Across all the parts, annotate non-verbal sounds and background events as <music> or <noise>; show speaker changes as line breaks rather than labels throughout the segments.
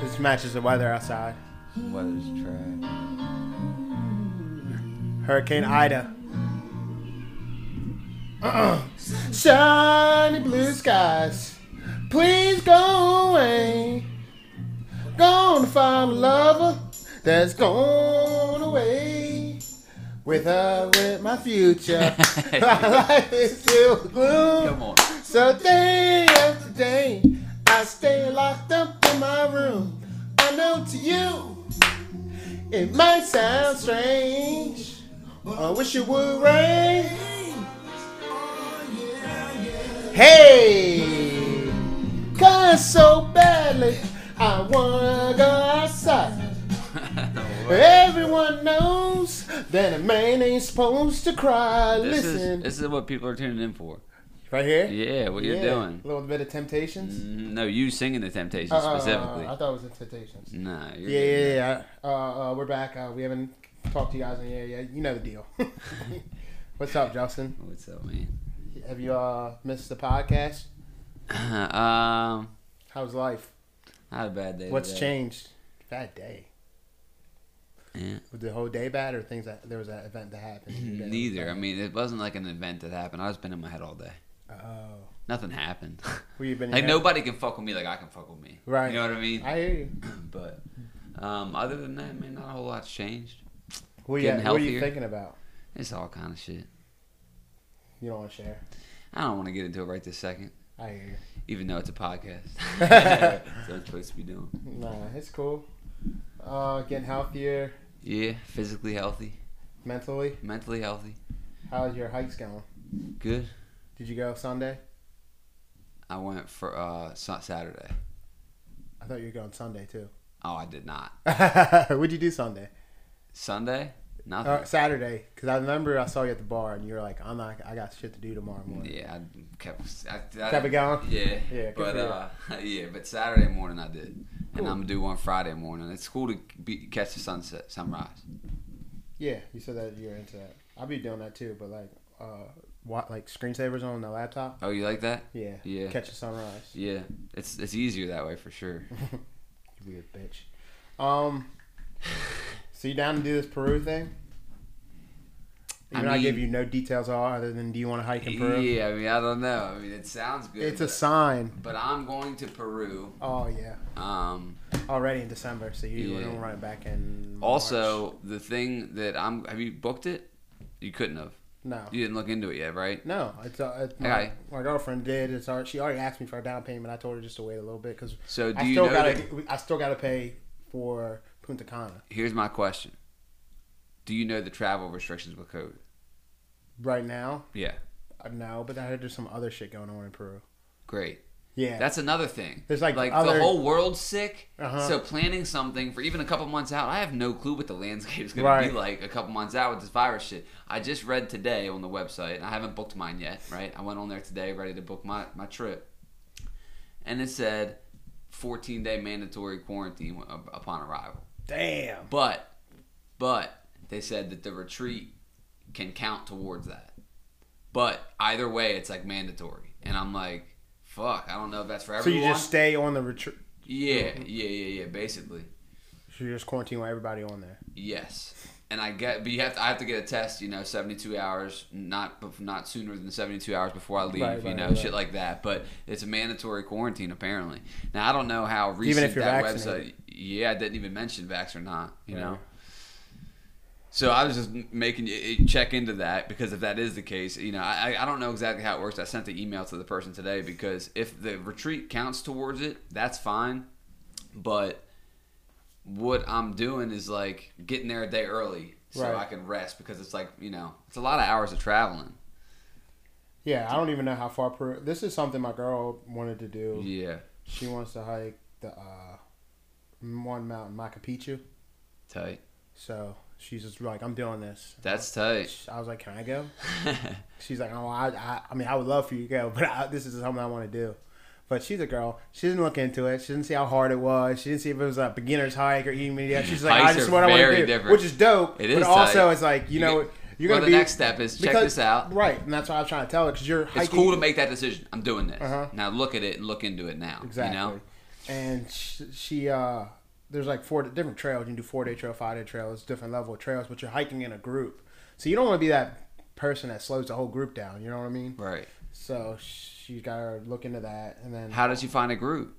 This matches the weather outside.
Weather's trash.
Hurricane Ida. Uh-uh. Shiny blue skies, please go away. Gonna find a lover that's gone away. With her, with my
<laughs>
future, <laughs> my life is still gloom.
Come on.
So day after day, I stay locked up in my room. I know to you, it might sound strange. I wish it would rain. Hey, cause so badly, I wanna go outside. Everyone knows that a man ain't supposed to cry.
This
Listen,
is this is what people are tuning in for.
right here.
Yeah, what you're
Yeah,
doing.
A little bit of Temptations.
Mm, No, you singing the Temptations
Uh,
specifically.
I thought it was the Temptations.
nah, you're
Yeah, yeah, yeah. Uh, uh, we're back. Uh, we haven't talked to you guys in a year yet. You know the deal. <laughs> What's up, Justin?
What's up, man? <laughs>
Have you uh, missed the podcast?
um,
How's life?
not a bad day.
What's
today.
changed? Bad day.
Yeah. Mm-hmm.
Was the whole day bad, or things that there was that event that happened? That was
<laughs> Neither. I
bad?
mean, it wasn't like an event that happened. I was been in my head all day.
Oh, <laughs>
Nothing happened.
well,
<laughs>
you've been
like
here-
nobody can fuck with me like I can fuck with me.
Right.
You know what I mean?
I hear you.
<clears throat> but um, other than that, man, not a whole lot's changed.
What, you
Getting
what are you
healthier.
thinking about?
It's all kind of shit.
You don't want to share.
I don't want to get into it right this second,
I hear you.
even though it's
<laughs>
a podcast. <laughs> That's what I'm supposed to be doing.
Nah, it's cool. Uh, getting healthier
Yeah, physically healthy,
mentally.
mentally healthy,
How's your hikes going?
good.
Did you go Sunday?
I went for uh, Sa- Saturday.
I thought you were going Sunday too. <laughs>
Oh, I did not.
What'd you do Sunday?
Sunday, nothing.
Uh, Saturday, because I remember I saw you at the bar and you were like, "I'm not. I got shit to do tomorrow morning."
yeah, I kept. I, I,
Kept it going?
Yeah,
Yeah, good
But
for you.
uh, <laughs> yeah, but Saturday morning I did,
Cool.
and I'm gonna do one Friday morning. It's cool to be, catch the sunset, sunrise.
Yeah, you said that you're into that. I'll be doing that too, but like, uh, what like screensavers on the laptop?
Oh, you like that?
Yeah.
Yeah.
Catch the sunrise.
Yeah, it's it's easier that way for sure.
You weird bitch. Um. So you down to do this Peru thing?
I
Even I, I give
mean-
you no details at all other than do you want to hike <laughs> in Peru?
yeah, I mean I don't know. I mean it sounds good.
It's a
but,
sign.
but I'm going to Peru.
Oh yeah,
Um,
already in December, so you
Yeah.
don't run it back in. March.
also, the thing that I'm have you booked it? You couldn't have.
no,
You didn't look into it yet, right?
No, it's, uh, it's my,
Okay.
my girlfriend did. It's our, she already asked me for a down payment. I told her just to wait a little bit because
So do
I
you
still
know
gotta
that-
I still gotta pay for Punta Cana
Here's my question. Do you know the travel restrictions with COVID?
right now.
Yeah.
uh, No, but I heard there's some other shit going on in Peru.
Great.
Yeah,
That's another thing.
There's, like,
like
other-
the whole world's sick.
Uh-huh.
So planning something for even a couple months out, I have no clue what the landscape's going to
Right.
be like a couple months out with this virus shit. I just read today on the website, and I haven't booked mine yet. Right, I went on there today, ready to book my my trip, and it said 14 day mandatory quarantine up- upon arrival.
damn.
But but they said that the retreat can count towards that. But either way, it's like mandatory, and I'm like, fuck, I don't know if that's for
So
everyone.
you just Mm-hmm. stay on the retreat.
Yeah, yeah, yeah, yeah. Basically,
So you just quarantine everybody on there.
yes. And I get, but you have to. I have to get a test. You know, seventy-two hours, not bef- not sooner than seventy-two hours before I leave.
Right,
you
right,
know,
right.
shit like that. But it's a mandatory quarantine apparently. Now I don't know how recent
Even if you're
that
vaccinated.
website. Yeah, I didn't even mention vax or not. You
Right.
know. So I was just m- making you- you check into that because if that is the case, you know, I, I- I don't know exactly how it works. I sent the email to the person today because if the retreat counts towards it, that's fine. But what I'm doing is like getting there a day early so
Right.
I can rest because it's like you know it's a lot of hours of traveling.
Yeah, I don't even know how far Peru. This is something my girl wanted to do.
Yeah,
She wants to hike the uh, one mountain, Machu Picchu.
tight.
So she's just like, I'm doing this.
That's tight. <laughs>
I was like, "Can I go?" She's like, "Oh, I, I, I mean, I would love for you to go, but I, this is something I want to do." But she's a girl. She didn't look into it. She didn't see how hard it was. She didn't see if it was a beginner's hike or even yet. She's like,
Hikes
I just
are
what I want
very
to do,
different.
which is dope.
It
It
is
is, but also
tight.
it's like you
You
know
get-
you're
well,
gonna
the
be
next step is check this out.
right? And that's what I was trying to tell her because you're hiking.
It's cool to make that decision. I'm doing this.
Uh-huh.
Now look at it and look into it now.
Exactly.
You know?
And she, she uh, there's like four different trails. You can do four day trail, five day trails, different level of trails, but you're hiking in a group. So you don't want to be that person that slows the whole group down. You know what I mean?
Right.
So she's got to look into that. And then
How did you find a group?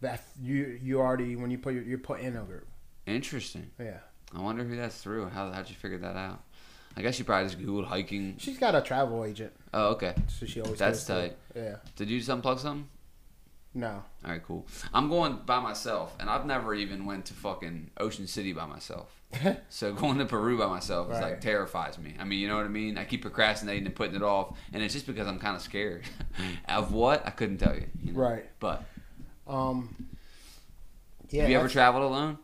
that you you already, when you put your, you're put in a group.
Interesting.
Yeah.
I wonder who that's through. How how'd you figure that out? I guess you probably just googled hiking.
She's got a travel agent.
Oh, okay.
So she always
That's
goes
tight.
to- Yeah.
Did you just unplug something?
No.
All right, cool. I'm going by myself, and I've never even went to fucking Ocean City
<laughs>
by myself. so going to Peru by myself is like
Right.
terrifies me. I mean, you know what I mean? I keep procrastinating and putting it off, and it's just because I'm kind of scared <laughs> of what I couldn't tell you. you know?
Mm. Right.
But
Um. Yeah.
have you ever
that's-
traveled alone?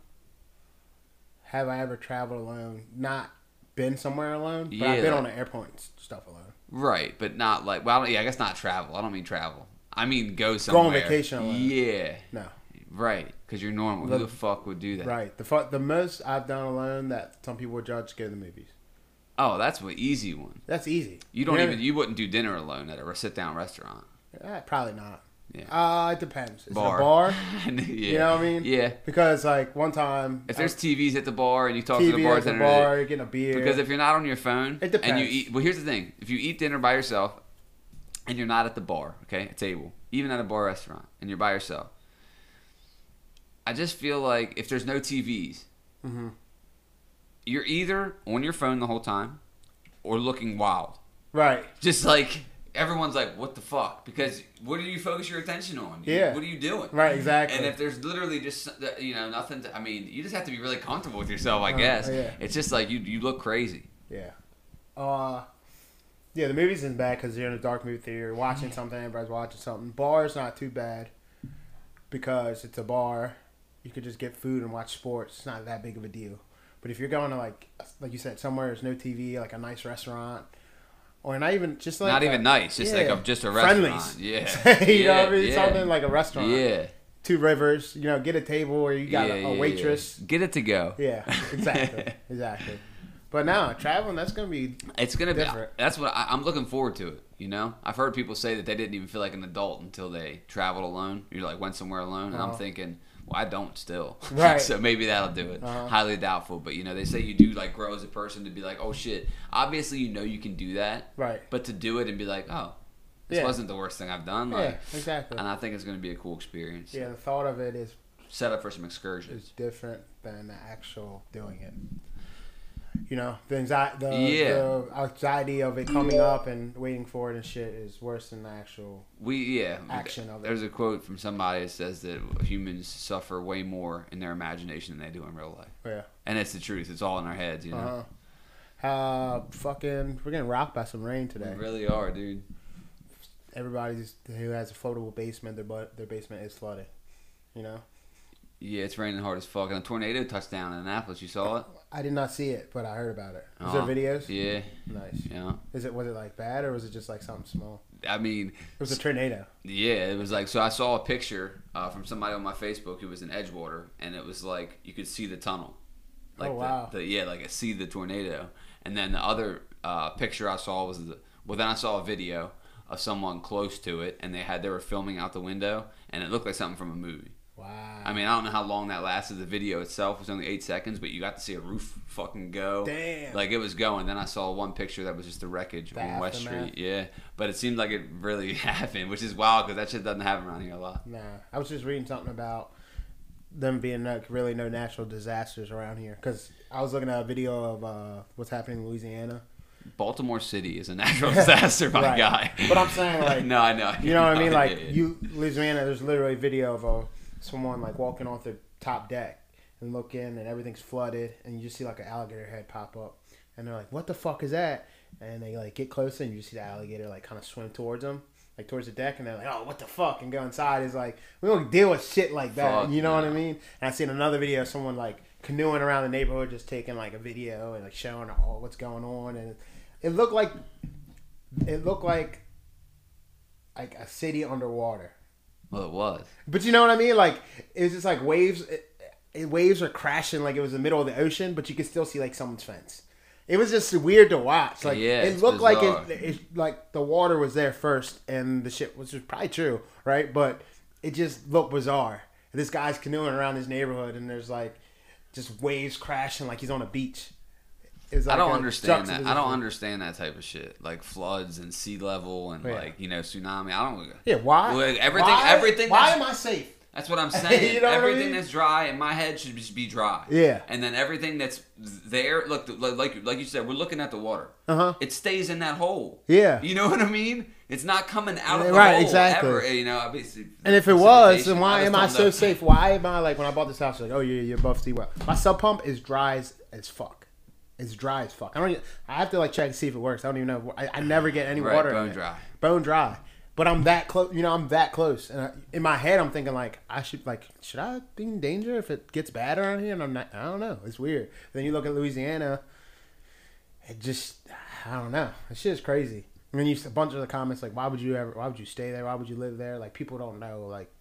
have I ever traveled alone? Not been somewhere alone, but
Yeah.
I've been on an airplane and stuff alone.
Right, but not like well, I don't- yeah, I guess not travel. I don't mean travel. I mean go somewhere.
on vacation alone.
Yeah.
No.
Right, because you're normal. Who
The-
the fuck would do that?
Right. The fu- the most I've done alone that some people would judge go to the movies.
Oh, that's an easy one.
That's easy.
You don't
Yeah.
even you wouldn't do dinner alone at a sit down restaurant.
Eh, probably not.
Yeah.
Uh, it depends. Is
Bar.
it a bar?
<laughs> yeah.
You know what I mean?
Yeah.
Because like one time,
If there's TVs at the bar and you talk to the
TV at the
bartender,
bar, you're getting a beer.
because if you're not on your phone
It
and you
depends.
eat, well, here's the thing: if you eat dinner by yourself and you're not at the bar, okay, a table, even at a bar restaurant, and you're by yourself, I just feel like if there's no TVs,
Mhm.
you're either on your phone the whole time or looking wild.
right.
Just like everyone's like, "What the fuck?" Because what do you focus your attention on? You-
Yeah.
What are you doing?
Right, exactly.
And if there's literally just you know nothing, to, I mean, you just have to be really comfortable with yourself, I
Uh,
guess.
yeah.
It's just like you you look crazy.
Yeah. Uh, yeah, the movies isn't bad because you're in a dark movie theater, you're watching something, everybody's watching something. Bar's not too bad because it's a bar. You could just get food and watch sports. It's not that big of a deal. But if you're going to like, like you said, somewhere there's no TV, like a nice restaurant, or not even just like
Not
a-
even nice, just like a- just a restaurant. <laughs>
<laughs>
Yeah.
you know
Yeah,
what I mean?
yeah.
Something like a restaurant.
Yeah.
Two rivers. You know, get a table or you got
yeah,
a,
yeah,
a
yeah.
waitress.
Get it to go.
Yeah,
<laughs>
exactly, exactly. But now traveling, that's gonna be
It's gonna be. uh,
Different.
That's what I, I'm looking forward to. It. You know, I've heard people say that they didn't even feel like an adult until they traveled alone. You like went somewhere alone, and I'm
Uh-huh.
thinking, well, I don't still. <laughs>
Right.
so maybe that'll do it.
Uh-huh.
Highly doubtful, but you know, they say you do like grow as a person to be like, oh shit. Obviously, you know you can do that,
right.
but to do it and be like, oh, this
Yeah.
wasn't the worst thing I've done.
Yeah,
Like,
exactly.
and Oh I think it's gonna be a cool experience.
Yeah, the thought of it is
Set up for some excursions.
is different than the actual doing it. You know, the anxiety, the,
Yeah.
the anxiety of it coming up and waiting for it and shit is worse than the actual.
We yeah.
action of it.
There's a quote from somebody that says that humans suffer way more in their imagination than they do in real life,
Yeah.
and it's the truth. It's all in our heads, you know.
Uh-huh. Uh, fucking, we're getting rocked by some rain
We
today.
really are, dude.
Everybody's who has a floatable basement, their but their basement is flooded. You know,
Yeah, it's raining hard as fuck, and a tornado touched down in Annapolis. You saw it?
I did not see it, but I heard about it. Is
Uh-huh.
there videos?
Yeah,
Nice.
yeah.
Is it was it like bad or was it just like something small?
I mean,
It was a tornado.
Yeah, it was like so. I saw a picture uh, from somebody on my Facebook who was in Edgewater, and it was like you could see the tunnel, like
Oh, wow.
the, the yeah, like I see the tornado. And then the other uh, picture I saw was the well. Then I saw a video of someone close to it, and they had they were filming out the window, and it looked like something from a movie.
Wow.
I mean, I don't know how long that lasted. The video itself was only eight seconds, but you got to see a roof fucking go.
Damn.
Like it was going. Then I saw one picture that was just the wreckage
The
on West
aftermath.
Street. Yeah, but it seemed like it really <laughs> happened, which is wild because that shit doesn't happen around here a lot.
Nah, I was just reading something about them being like really no natural disasters around here because I was looking at a video of uh, what's happening in Louisiana.
Baltimore City is a natural disaster,
<laughs>
my
Right.
guy.
But I'm
<laughs>
saying, like,
no, I know.
You know what I mean?
No,
Like
<laughs> yeah, yeah.
you, Louisiana, there's literally a video of uh, someone like walking off the top deck and look in, and everything's flooded, and you just see like an alligator head pop up, and they're like, "What the fuck is that?" And they like get closer, and you see the alligator like kind of swim towards them. Like towards the deck, and they're like, "Oh, what the fuck?" and go inside. Is like we don't deal with shit like that.
Fuck,
you know what I
no.
mean? And I seen another video of someone like canoeing around the neighborhood, just taking like a video and like showing all what's going on, and it looked like it looked like like a city underwater.
Well, it was.
But you know what I mean? Like it's just like waves. It, it- waves are crashing like it was the middle of the ocean, but you could still see like someone's fence. It was just weird to watch. Like
Yeah,
it
it's
looked like
bizarre.
it, it, like the water was there first, and the shit was just probably true, right? But it just looked bizarre. This guy's canoeing around his neighborhood, and there's like just waves crashing like he's on a beach. It's
I
like
don't
a
understand that. I
juxtaposition.
don't understand that type of shit, like floods and sea level and
Yeah.
like you know tsunami. I don't.
Yeah, why?
Like, everything-
Why,
everything
Why
that's-
am I safe?
That's what I'm saying.
<laughs> You know what I
everything
mean?
that's dry in my head should just be dry.
Yeah.
And then everything that's there, look, the- like like- like you said, we're looking at the water.
Uh-huh.
It stays in that hole.
Yeah.
You know what I mean? It's not coming out of
Yeah,
the
right,
hole
exactly.
ever. eh, You know, obviously.
And if it was,
precipitation,
then why
just
am I
don't
so
know.
safe? Why am I like when I bought this house? Like, oh yeah, you're above sea well. My sub pump is dry as, as fuck. It's dry as fuck. I don't. Even, I have to like check to see if it works. I don't even know. I, I never get any
Right,
water.
bone
in it.
dry.
Bone dry. But I'm that close. You know, I'm that close. And I, in my head, I'm thinking like, I should like, should I be in danger if it gets bad around here? And I'm not. I don't know. It's weird. Then you look at Louisiana. It just, I don't know. This shit is crazy. And then you s- a bunch of the comments like, why would you ever? Why would you stay there? Why would you live there? Like people don't know. Like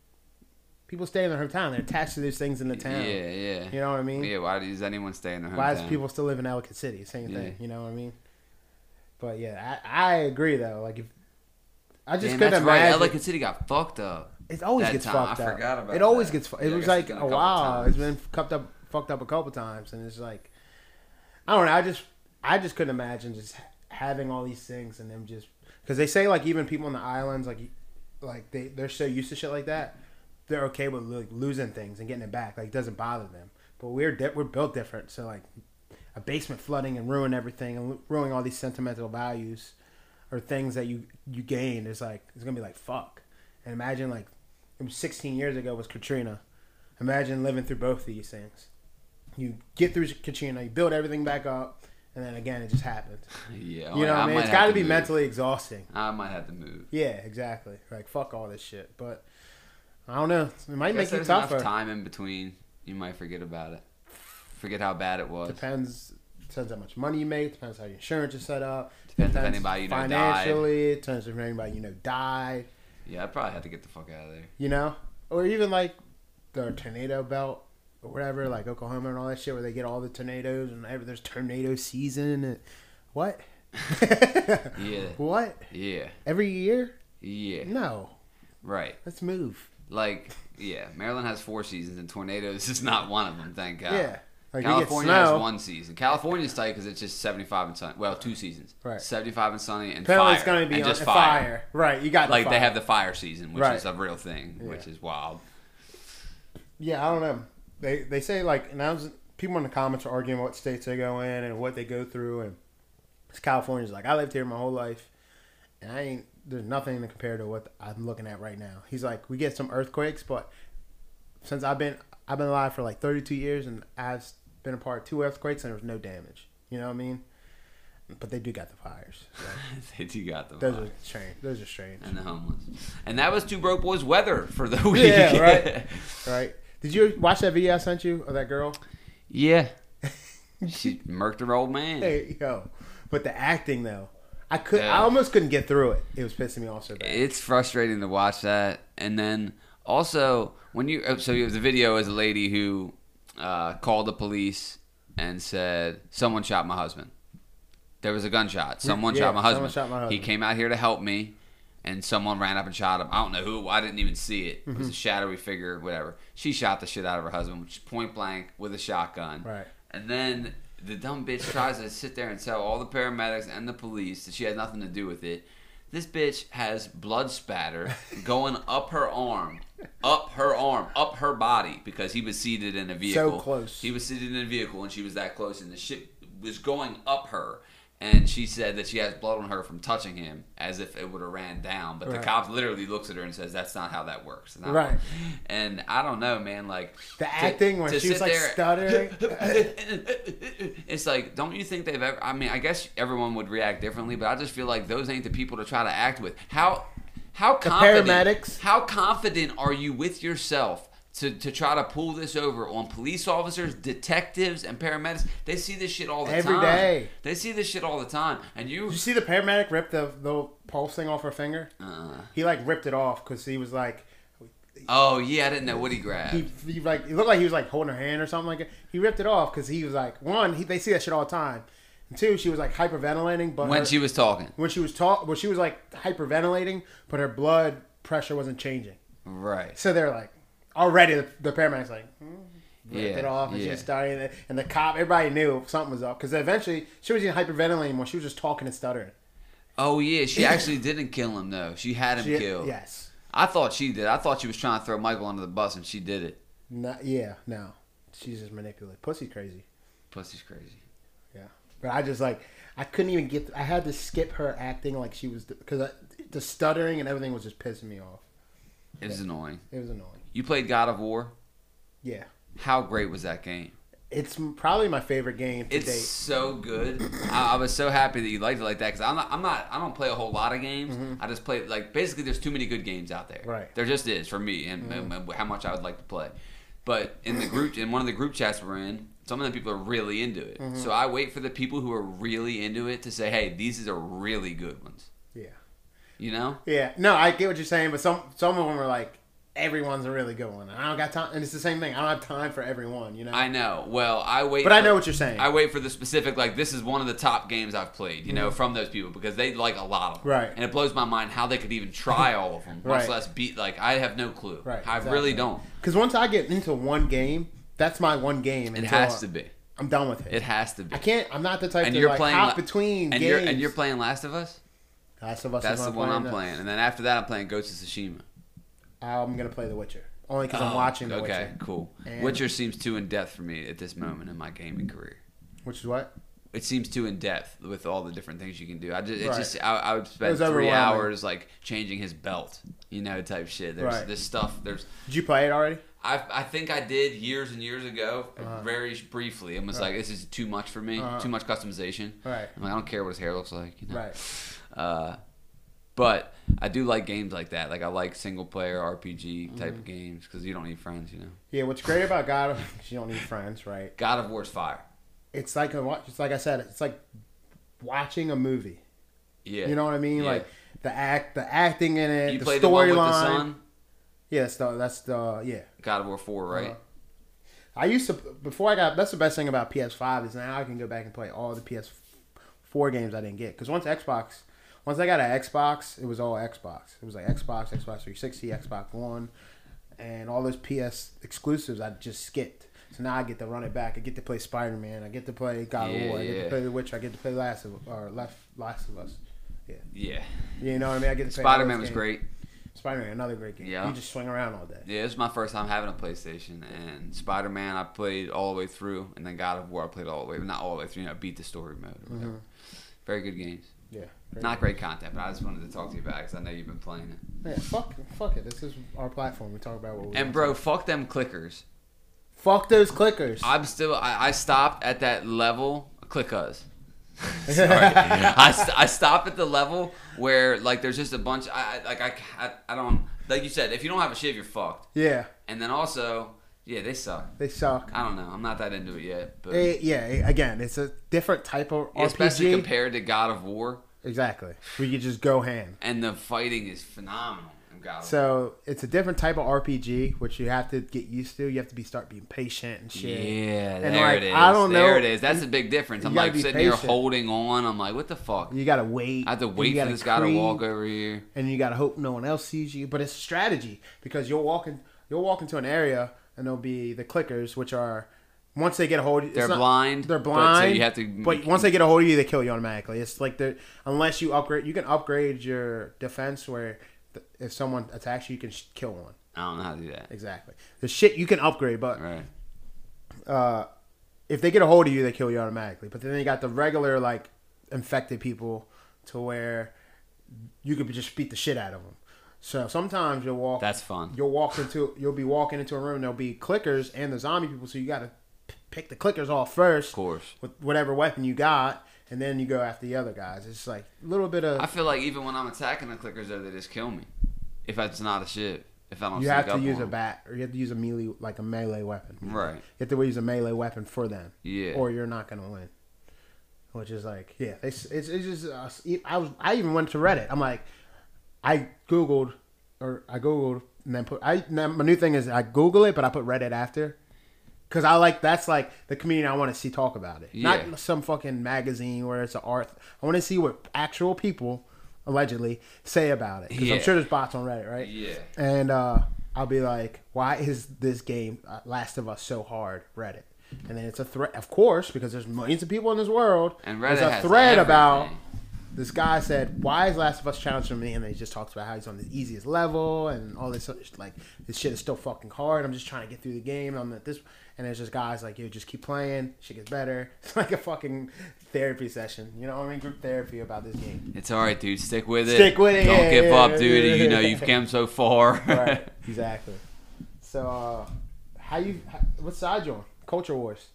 people stay in their hometown. They're attached to these things in the town.
Yeah, yeah.
You know what I mean?
Yeah, why does anyone stay in their hometown?
Why does people still live in Ellicott City? Same
Yeah.
thing. You know what I mean? But yeah, I, I agree though. Like if I just
Damn,
couldn't
that's right.
imagine.
Ellicott City got fucked up. <laughs>
It always
That
gets
time,
fucked
I
up.
forgot about
it always
that.
gets fucked.
Yeah,
It
I
was
guess
like
it's been a
a
couple
while. It's been
times.
fucked up, fucked up a couple times, and it's like, I don't know. I just, I just couldn't imagine just having all these things and them just because they say like even people on the islands like, like they they're so used to shit like that, they're okay with like losing things and getting it back. Like it doesn't bother them. But we're di- we're built different, so like a basement flooding and ruin everything and ruining all these sentimental values or things that you you gain is like it's gonna be like fuck. And imagine like it was 16 years ago was Katrina. Imagine living through both of these things. You get through Katrina, you build everything back up, and then again it just happens.
Oh, Yeah.
You know what I mean?
might
It's
have
got to
to
be
move.
mentally exhausting.
I might have to move.
Yeah, exactly. Like fuck all this shit, but. I don't know. It might
I
make
guess
you
there's enough
tougher.
time in between. You might forget about it. Forget how bad it was.
Depends. Depends how much money you make. Depends how your insurance is set up.
Depends if anybody you know died.
financially. Depends if anybody you know died.
Yeah, I probably had to get the fuck out of there.
you know, or even like the tornado belt or whatever, like Oklahoma and all that shit, where they get all the tornadoes and every, there's tornado season. And, what? <laughs>
Yeah.
What?
Yeah,
Every year?
yeah,
No.
right.
Let's move.
Like, yeah, Maryland has four seasons, and tornadoes <laughs> is not one of them. Thank God.
Yeah. Like we get
California has
snow.
one season. California's tight because it's just seventy-five and sunny. Well, two seasons.
Right.
Seventy-five and sunny, and
Apparently,
fire.
it's going to be
and
on
just
fire.
fire.
Right. You got the
Like
fire.
they have the fire season, which
Right.
is a real thing, which is wild. <laughs>
Yeah, I don't know. They they say like and I was people in the comments are arguing what states they go in and what they go through and it's California's like I lived here my whole life and I ain't there's nothing to compare to what I'm looking at right now. He's like we get some earthquakes, but since I've been I've been alive for like 32 years and I've been a part of two earthquakes and there was no damage. You know what I mean? But they do got the fires.
they do got the
Those
fire.
are strange. Those are strange.
and the homeless. And that was two broke boys weather for the week.
Yeah,
<laughs>
right. Right? Did you watch that video I sent you of that girl? <laughs>
yeah. She murked her old man.
Hey, yo. But the acting though, I could I
Yeah.
almost couldn't get through it. It was pissing me off so bad.
It's frustrating to watch that, and then also when you oh, so the video is a lady who uh, called the police and said someone shot my husband. There was a gunshot. Someone
yeah,
shot my
someone
husband.
shot my
He
husband.
came out here to help me, and someone ran up and shot him. I don't know who. I didn't even see it. It was
Mm-hmm.
a shadowy figure, whatever. She shot the shit out of her husband, which is point blank with a shotgun.
Right.
And then the dumb bitch tries to sit there and tell all the paramedics and the police that she had nothing to do with it. This bitch has
<laughs>
blood spatter going up her arm, up her arm, up her body because he was seated in a vehicle.
close.
He was seated in a vehicle and she was that close, and the shit was going up her. And she said that she has blood on her from touching him, as if it would have ran down. But
Right.
the cop literally looks at her and says, "That's not how that works." Not-
Right.
And I don't know, man. Like
The
to-
acting when
to
she was,
sit
like,
<laughs>
stuttering.
it's like, don't you think they've ever? I mean, I guess everyone would react differently, but I just feel like those ain't the people to try to act with. How, how confident?
paramedics.
How confident are you with yourself? To, to try to pull this over on police officers, detectives, and paramedics, they see this shit all the
Every
time.
day.
They see this shit all the time, and you.
Did you see the paramedic rip the the pulse thing off her finger?
Uh,
He like ripped it off because he was like,
Oh yeah, I didn't know what he grabbed.
he, he like it looked like he was like holding her hand or something like that. He ripped it off because he was like one, he, they see that shit all the time, and two, she was like hyperventilating, but
when
her-
she was talking,
when she was tall, well, she was like hyperventilating, but her blood pressure wasn't changing.
right?
So they're like already the, the paramedics like hmm, ripped
Yeah,
it off, and she
yeah.
was dying, and the, and the cop, everybody knew something was up because eventually she wasn't even hyperventilating anymore. She was just talking and stuttering.
Oh yeah, she actually didn't kill him though. She had him
She-
killed.
Yes.
I thought she did. I thought she was trying to throw Michael under the bus, and she did it.
Not, yeah. No. She's just manipulative. Pussy's crazy.
Pussy's crazy.
Yeah. But I just like I couldn't even get. I had to skip her acting like she was because the stuttering and everything was just pissing me off.
It was annoying.
It was annoying.
You played God of War.
Yeah.
How great was that game?
It's m- probably my favorite game to
It's
date.
so good. I, I was so happy that you liked it like that because I'm not, I'm not. I don't play a whole lot of games. I just play like basically. There's too many good games out there.
Mm-hmm. Right. Mm-hmm.
There just is for me and, and how much I would like to play. But in the group, in one of the group chats we're in, some of the people are really into it.
Mm-hmm.
So I wait for the people who are really into it to say, "Hey, these are really good ones."
Yeah.
You know?
Yeah. No, I get what you're saying, but some some of them are like everyone's a really good one. And I don't got time, and it's the same thing. I don't have time for everyone, you know.
I know. Well, I wait.
but I
for-
know what you're saying.
I wait for the specific like this is one of the top games I've played, you know, from those people because they like a lot of
Mm-hmm.
them.
Right.
And it blows my mind how they could even try all of them,
Right.
much less beat. Like I have no clue.
Right,
I really
exactly.
don't.
Because once I get into one game, that's my one game.
It
until
has
I-
to be.
I'm done with it.
It has to be.
I can't. I'm not the type
And
to
you're
like
playing
hop
la-
between
and
games.
you're and you're playing Last of Us.
Last of Us.
That's
is
the
what
one I'm
now.
playing, and then after that I'm playing Ghost of Tsushima.
I'm gonna play The Witcher only because I'm
Oh,
watching The
okay,
Witcher,
cool.
And-
Witcher seems too in depth for me at this moment in my gaming career.
which is what
It seems too in depth with all the different things you can do. I just, it
Right.
just, I, I would spend
was
three
overwhelming.
hours like changing his belt, you know, type shit. There's
Right.
this stuff. There's
did you play it already?
I, I think I did years and years ago, very sh- briefly. I was like, this is too much for me,
Uh-huh.
too much customization.
Right.
I'm like, I don't care what his hair looks like. You know?
Right.
<laughs> Uh, but I do like games like that. Like I like single player
Mm-hmm.
RPG type of games because you don't need friends. You know,
Yeah. What's great about God? <laughs> of- 'cause you don't need friends, right?
God of War's fire.
It's like a watch. It's like I said. It's like watching a movie.
Yeah.
You know what I mean?
Yeah.
Like the act, the acting in it,
you
the
played the one with the
storyline.
sun.
Yeah, that's the that's the yeah.
God of War four, right?
Uh-huh. I used to before I got. That's the best thing about PS5 is now I can go back and play all the PS4 games I didn't get because once Xbox, once I got an Xbox, it was all Xbox. It was like Xbox, Xbox 360, Xbox One, and all those PS exclusives I just skipped. So now I get to run it back. I get to play Spider Man. I get to play God of
Yeah,
War. I get to
yeah.
play The Witcher. I get to play Last of or Last Last of Us.
Yeah.
You know what I mean? I get to play all
Spider Man
those
was
games.
great.
Spider Man, another great game.
Yeah.
You just swing around all day.
Yeah, it was my first time having a PlayStation, and Spider Man I played all the way through, and then God of War I played all the way, not all the way through. You know, beat the story mode or whatever. Very good games.
Yeah.
Not great content, but I just wanted to talk to you about because I know you've been playing it.
Yeah, fuck, fuck it. This is our platform. We talk about what we
And bro, fuck them clickers.
Fuck those clickers.
I'm still. I, I stopped at that level. Click us. Sorry, I, st- I stopped at the level where like there's just a bunch. I, I like I, ca- I I don't like you said if you don't have a shiv you're fucked.
yeah,
And then also yeah they suck.
they suck.
I don't know. I'm not that into it yet, but
Eh, yeah, eh, again, it's a different type of
Yeah, especially
RPG.
compared to God of War,
exactly. We could just go ham.
and the fighting is phenomenal in God of War.
So it's a different type of RPG, which you have to get used to. You have to be start being patient and shit.
Yeah,
And,
there
like,
it is.
I don't
there
know-
it is. That's a big difference. I'm
you gotta
like
be
sitting here
patient.
holding on. I'm like, what the fuck?
You gotta wait.
I have to
and
wait
you
for this guy to
creep,
walk over here.
and you gotta hope no one else sees you. But it's strategy because you'll walk in, you'll walk into an area, and there'll be the clickers, which are once they get a hold, it's
They're
not-
blind.
They're
but
blind.
So you have to.
But once they get a hold of you, they kill you automatically. It's like they're unless you upgrade, you can upgrade your defense where th- if someone attacks you, you can sh- kill one.
I don't know how to do that.
Exactly. The shit you can upgrade, but
Right.
uh, if they get a hold of you, they kill you automatically. But then they got the regular like infected people to where you could just beat the shit out of them. So sometimes you'll walk.
That's fun.
You'll walk into. You'll be walking into a room. There'll be clickers and the zombie people. So you got to pick the clickers off first
Of course.
with whatever weapon you got, and then you go after the other guys. It's like a little bit
I
of
feel like even when I'm attacking the clickers, though, they just kill me. If it's not a ship, if I don't.
you
sneak
have to
up
use
on
a
'em.
bat or you have to use a melee like a melee weapon.
Right.
You have to use a melee weapon for them,
Yeah.
or you're not gonna win. Which is like, yeah, it's it's, it's just uh, I was I even went to Reddit. I'm like, I googled or I googled and then put. I now my new thing is I Google it, but I put Reddit after, because I like that's like the community I want to see talk about it,
Yeah.
not some fucking magazine where it's an art. I want to see what actual people allegedly say about it. Because
Yeah.
I'm sure there's bots on Reddit, right?
Yeah.
And uh, I'll be like, why is this game uh, Last of Us so hard? Reddit. And then it's a thread, of course, because there's millions of people in this world.
And
there's
Reddit
a
has
thread about
everything.
this guy said, "Why is Last of Us challenging me?" And then he just talks about how he's on the easiest level and all this. other sh- Like this shit is still fucking hard. I'm just trying to get through the game. I'm at this, and there's just guys like you. Just keep playing. Shit gets better. <laughs> It's like a fucking therapy session. You know what I mean? Group therapy about this game.
It's all right, dude. Stick with it.
Stick with it,
Don't
yeah,
give
yeah,
up,
yeah,
dude.
yeah,
You know
yeah.
you've come so far.
<laughs> Right. exactly. So, uh, how you? How, what side you on? Culture wars.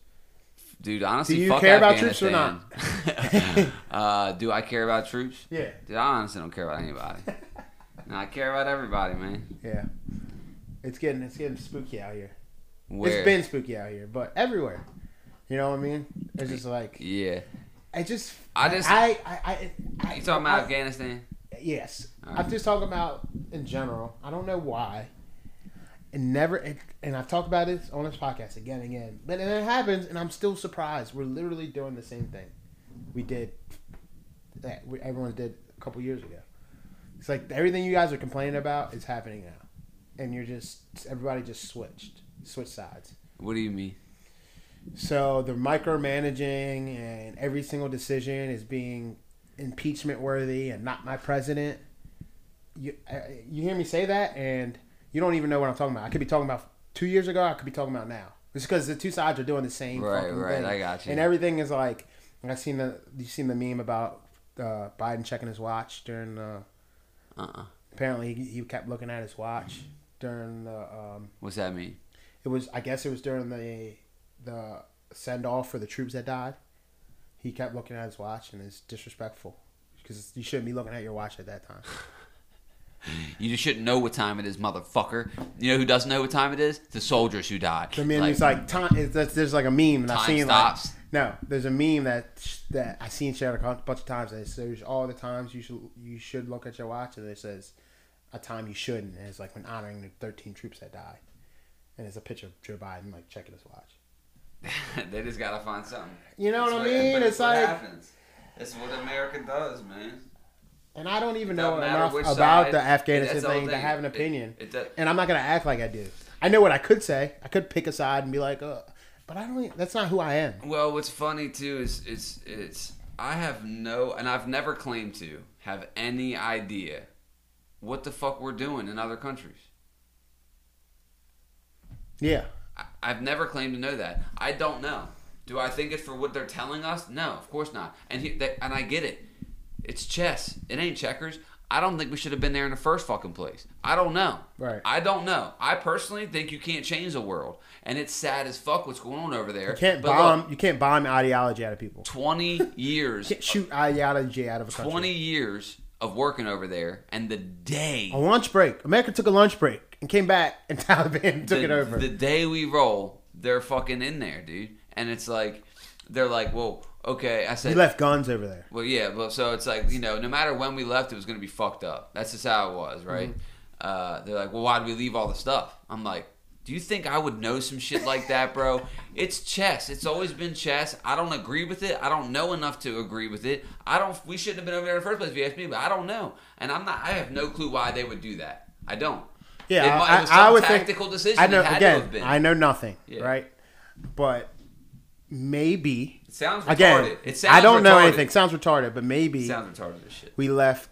Dude, honestly,
Do you
fuck
care about troops or
Afghanistan. <laughs> uh, do I care about troops?
Yeah.
Dude, I honestly don't care about anybody. no, I care about everybody, man.
<laughs> Yeah. It's getting it's getting spooky out here.
Where?
It's been spooky out here, but everywhere. You know what I mean? It's just like
Yeah.
I just,
I just-
I, I, I, I
You talking about
I-
Afghanistan?
Yes,
Alright.
I'm just talking about in general. I don't know why. It never, it, and I've talked about this on this podcast again and again. But and it happens, and I'm still surprised. We're literally doing the same thing we did that we, everyone did a couple years ago. It's like everything you guys are complaining about is happening now, and you're just everybody just switched, switched sides.
What do you mean?
So they're micromanaging, and every single decision is being impeachment worthy, and not my president. You uh, you hear me say that, and you don't even know what I'm talking about. I could be talking about two years ago. I could be talking about now. It's because the two sides are doing the same.
Right,
fucking
right,
thing.
I got you.
And everything is like I have seen the you seen the meme about uh, Biden checking his watch during. Uh,
Uh-uh.
apparently, he, he kept looking at his watch during the. Um,
What's that mean?
it was I guess it was during the the send off for the troops that died. He kept looking at his watch and it's disrespectful because you shouldn't be looking at your watch at that time.
You just shouldn't know what time it is, motherfucker. You know who doesn't know what time it is? The soldiers who died.
The meme is like time. It's, that's- there's like a meme and I've
Time
seen
stops. <laughs>
like no. There's a meme that that I seen shared a cou- bunch of times. And it says all the times you should you should look at your watch and it says a time you shouldn't. And it's like when honoring the 13 troops that died. And it's a picture of Joe Biden like checking his watch.
they just gotta find something.
You know
That's
what I mean?
that's
It's like-
happens. That's what America does, man.
And I don't even
It doesn't
know
matter
enough
which
about
side.
the Afghanistan
That's the whole
thing to
thing.
have an
It-
opinion.
it does-
and I'm not gonna act like I do. I know what I could say. I could pick a side and be like, uh, but I don't. e- That's not who I am.
Well, what's funny too is it's it's I have no, and I've never claimed to have any idea what the fuck we're doing in other countries.
Yeah,
I- I've never claimed to know that. I don't know. Do I think it's for what they're telling us? No, of course not. And he, that, and I get it. It's chess. It ain't checkers. I don't think we should have been there in the first fucking place. I don't know.
Right.
I don't know. I personally think you can't change the world, and it's sad as fuck what's going on over there.
you can't
But look,
bomb. you can't bomb ideology out of people.
Twenty
<laughs>
years.
You can't shoot ideology out of a country.
Uh, Twenty years of working over there, and the day
A lunch break. America took a lunch break and came back, and <laughs> Taliban took
the,
it over.
The day we roll, they're fucking in there, dude. And it's like they're like, well, okay. I said,
you left guns over there.
Well, yeah. Well, so it's like you know, no matter when we left, it was gonna be fucked up. That's just how it was, right?
Mm-hmm.
Uh, they're like, well, why did we leave all the stuff? I'm like, do you think I would know some shit like that, bro?
<laughs>
it's chess. It's always been chess. I don't agree with it. I don't know enough to agree with it. I don't. We shouldn't have been over there in the first place, if you ask me. But I don't know, and I'm not. I have no clue why they would do that. I don't.
Yeah,
it, mu-
I,
it was
I, I
some
would
tactical
think,
decision.
I know
it had to
again.
have been.
I know nothing,
Yeah.
right? But maybe
it sounds retarded.
again,
it sounds
I don't know
retarded.
anything. Sounds retarded, but maybe
It sounds retarded as shit.
we left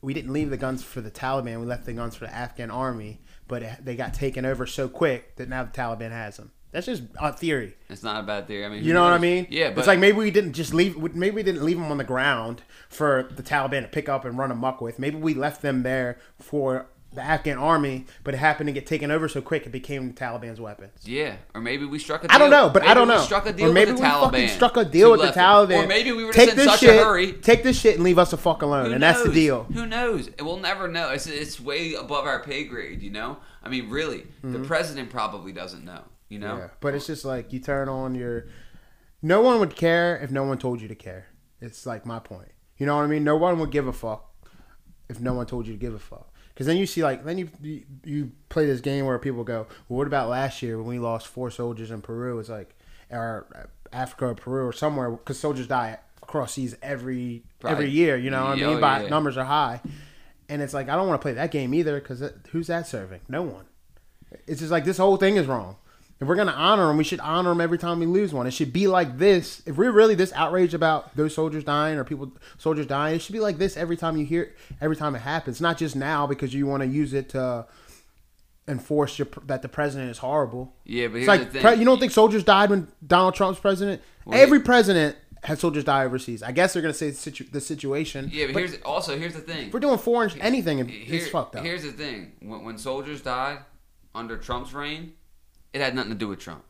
we didn't leave the guns for the Taliban. We left the guns for the Afghan army, but it, they got taken over so quick that now the Taliban has them. That's just a theory.
It's not a bad theory. I mean, who
You know what I
knows?
mean?
Yeah, but
it's like maybe we didn't just leave. Maybe we didn't leave them on the ground for the Taliban to pick up and run amok with. Maybe we left them there for the Afghan army, but it happened to get taken over so quick it became the Taliban's weapons.
Yeah, or maybe we struck a deal.
I don't know, but
maybe
I don't
we
know.
Struck a
Or
deal
maybe
with the
we
Taliban.
fucking struck a deal
who
with the
left it.
Taliban.
Or maybe we were
Take
just in
this
such
shit,
a hurry.
Take this shit and leave us the fuck alone,
Who
and that's the
knows?
deal.
Who knows? We'll never know. It's it's way above our pay grade. You know. I mean, really, the president probably doesn't know. You know.
Mm-hmm. Yeah, but it's just like you turn on your. No one would care if no one told you to care. It's like my point. You know what I mean? No one would give a fuck if no one told you to give a fuck. Because then you see like then you, you you play this game where people go, well, what about last year when we lost four soldiers in Peru? It's like or uh, Africa or Peru or somewhere because soldiers die across seas every every
Right.
year. You know what
Yeah,
I mean?
oh,
By
yeah.
numbers are high, and it's like I don't want to play that game either because who's that serving? No one. It's just like this whole thing is wrong. If we're gonna honor them, we should honor them every time we lose one. It should be like this. If we're really this outraged about those soldiers dying or people soldiers dying, it should be like this every time you hear, every time it happens. Not just now because you want to use it to enforce your that the president is horrible.
Yeah, but here's
It's
the
like
thing.
pre- you don't think soldiers died when Donald Trump's president.
Well,
Every president had soldiers die overseas. I guess they're gonna say the, situ- the situation.
Yeah, but, here's also here's the thing.
if we're doing foreign anything, it-
Here-
it's fucked up.
Here's the thing: when, when soldiers died under Trump's reign, it had nothing to do with Trump.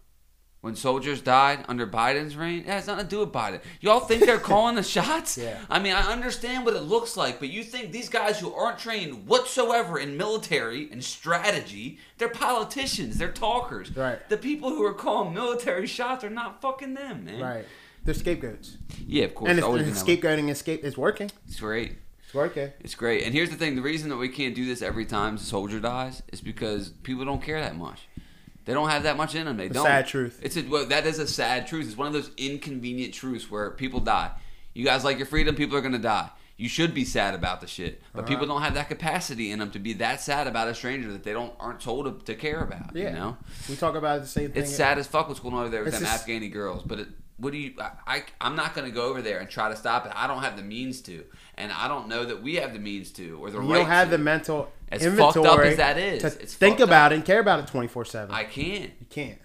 When soldiers died under Biden's reign, it has nothing to do with Biden. Y'all think
<laughs>
they're calling the shots?
Yeah.
I mean, I understand what it looks like, but you think these guys who aren't trained whatsoever in military and strategy, they're politicians, they're talkers.
Right.
The people who are calling military shots are not fucking them, man.
Right, they're scapegoats,
Yeah, of course.
and it's,
it's always
it's
been that way.
scapegoating. Escape. It's working.
It's great.
It's working.
It's great. And here's the thing: the reason that we can't do this every time a soldier dies is because people don't care that much. They don't have that much in them. They don't.
sad truth.
It's a, well, that is a sad truth. It's one of those inconvenient truths where people die. You guys like your freedom. People are gonna die. You should be sad about the shit, but people don't have that capacity in them to be that sad about a stranger that they don't aren't told to, to care about.
Yeah,
You know,
we talk about the same thing.
it's sad as fuck what's going on over there with
It's
them
just-
Afghani girls. But it, what do you? I, I I'm not going to go over there and try to stop it. I don't have the means to, and I don't know that we have the means to or
You
the right.
don't have
to.
the mental
As fucked
inventory
up as that is,
to
it's
think
fucked up.
about it and care about it twenty four seven.
I can't.
You can't,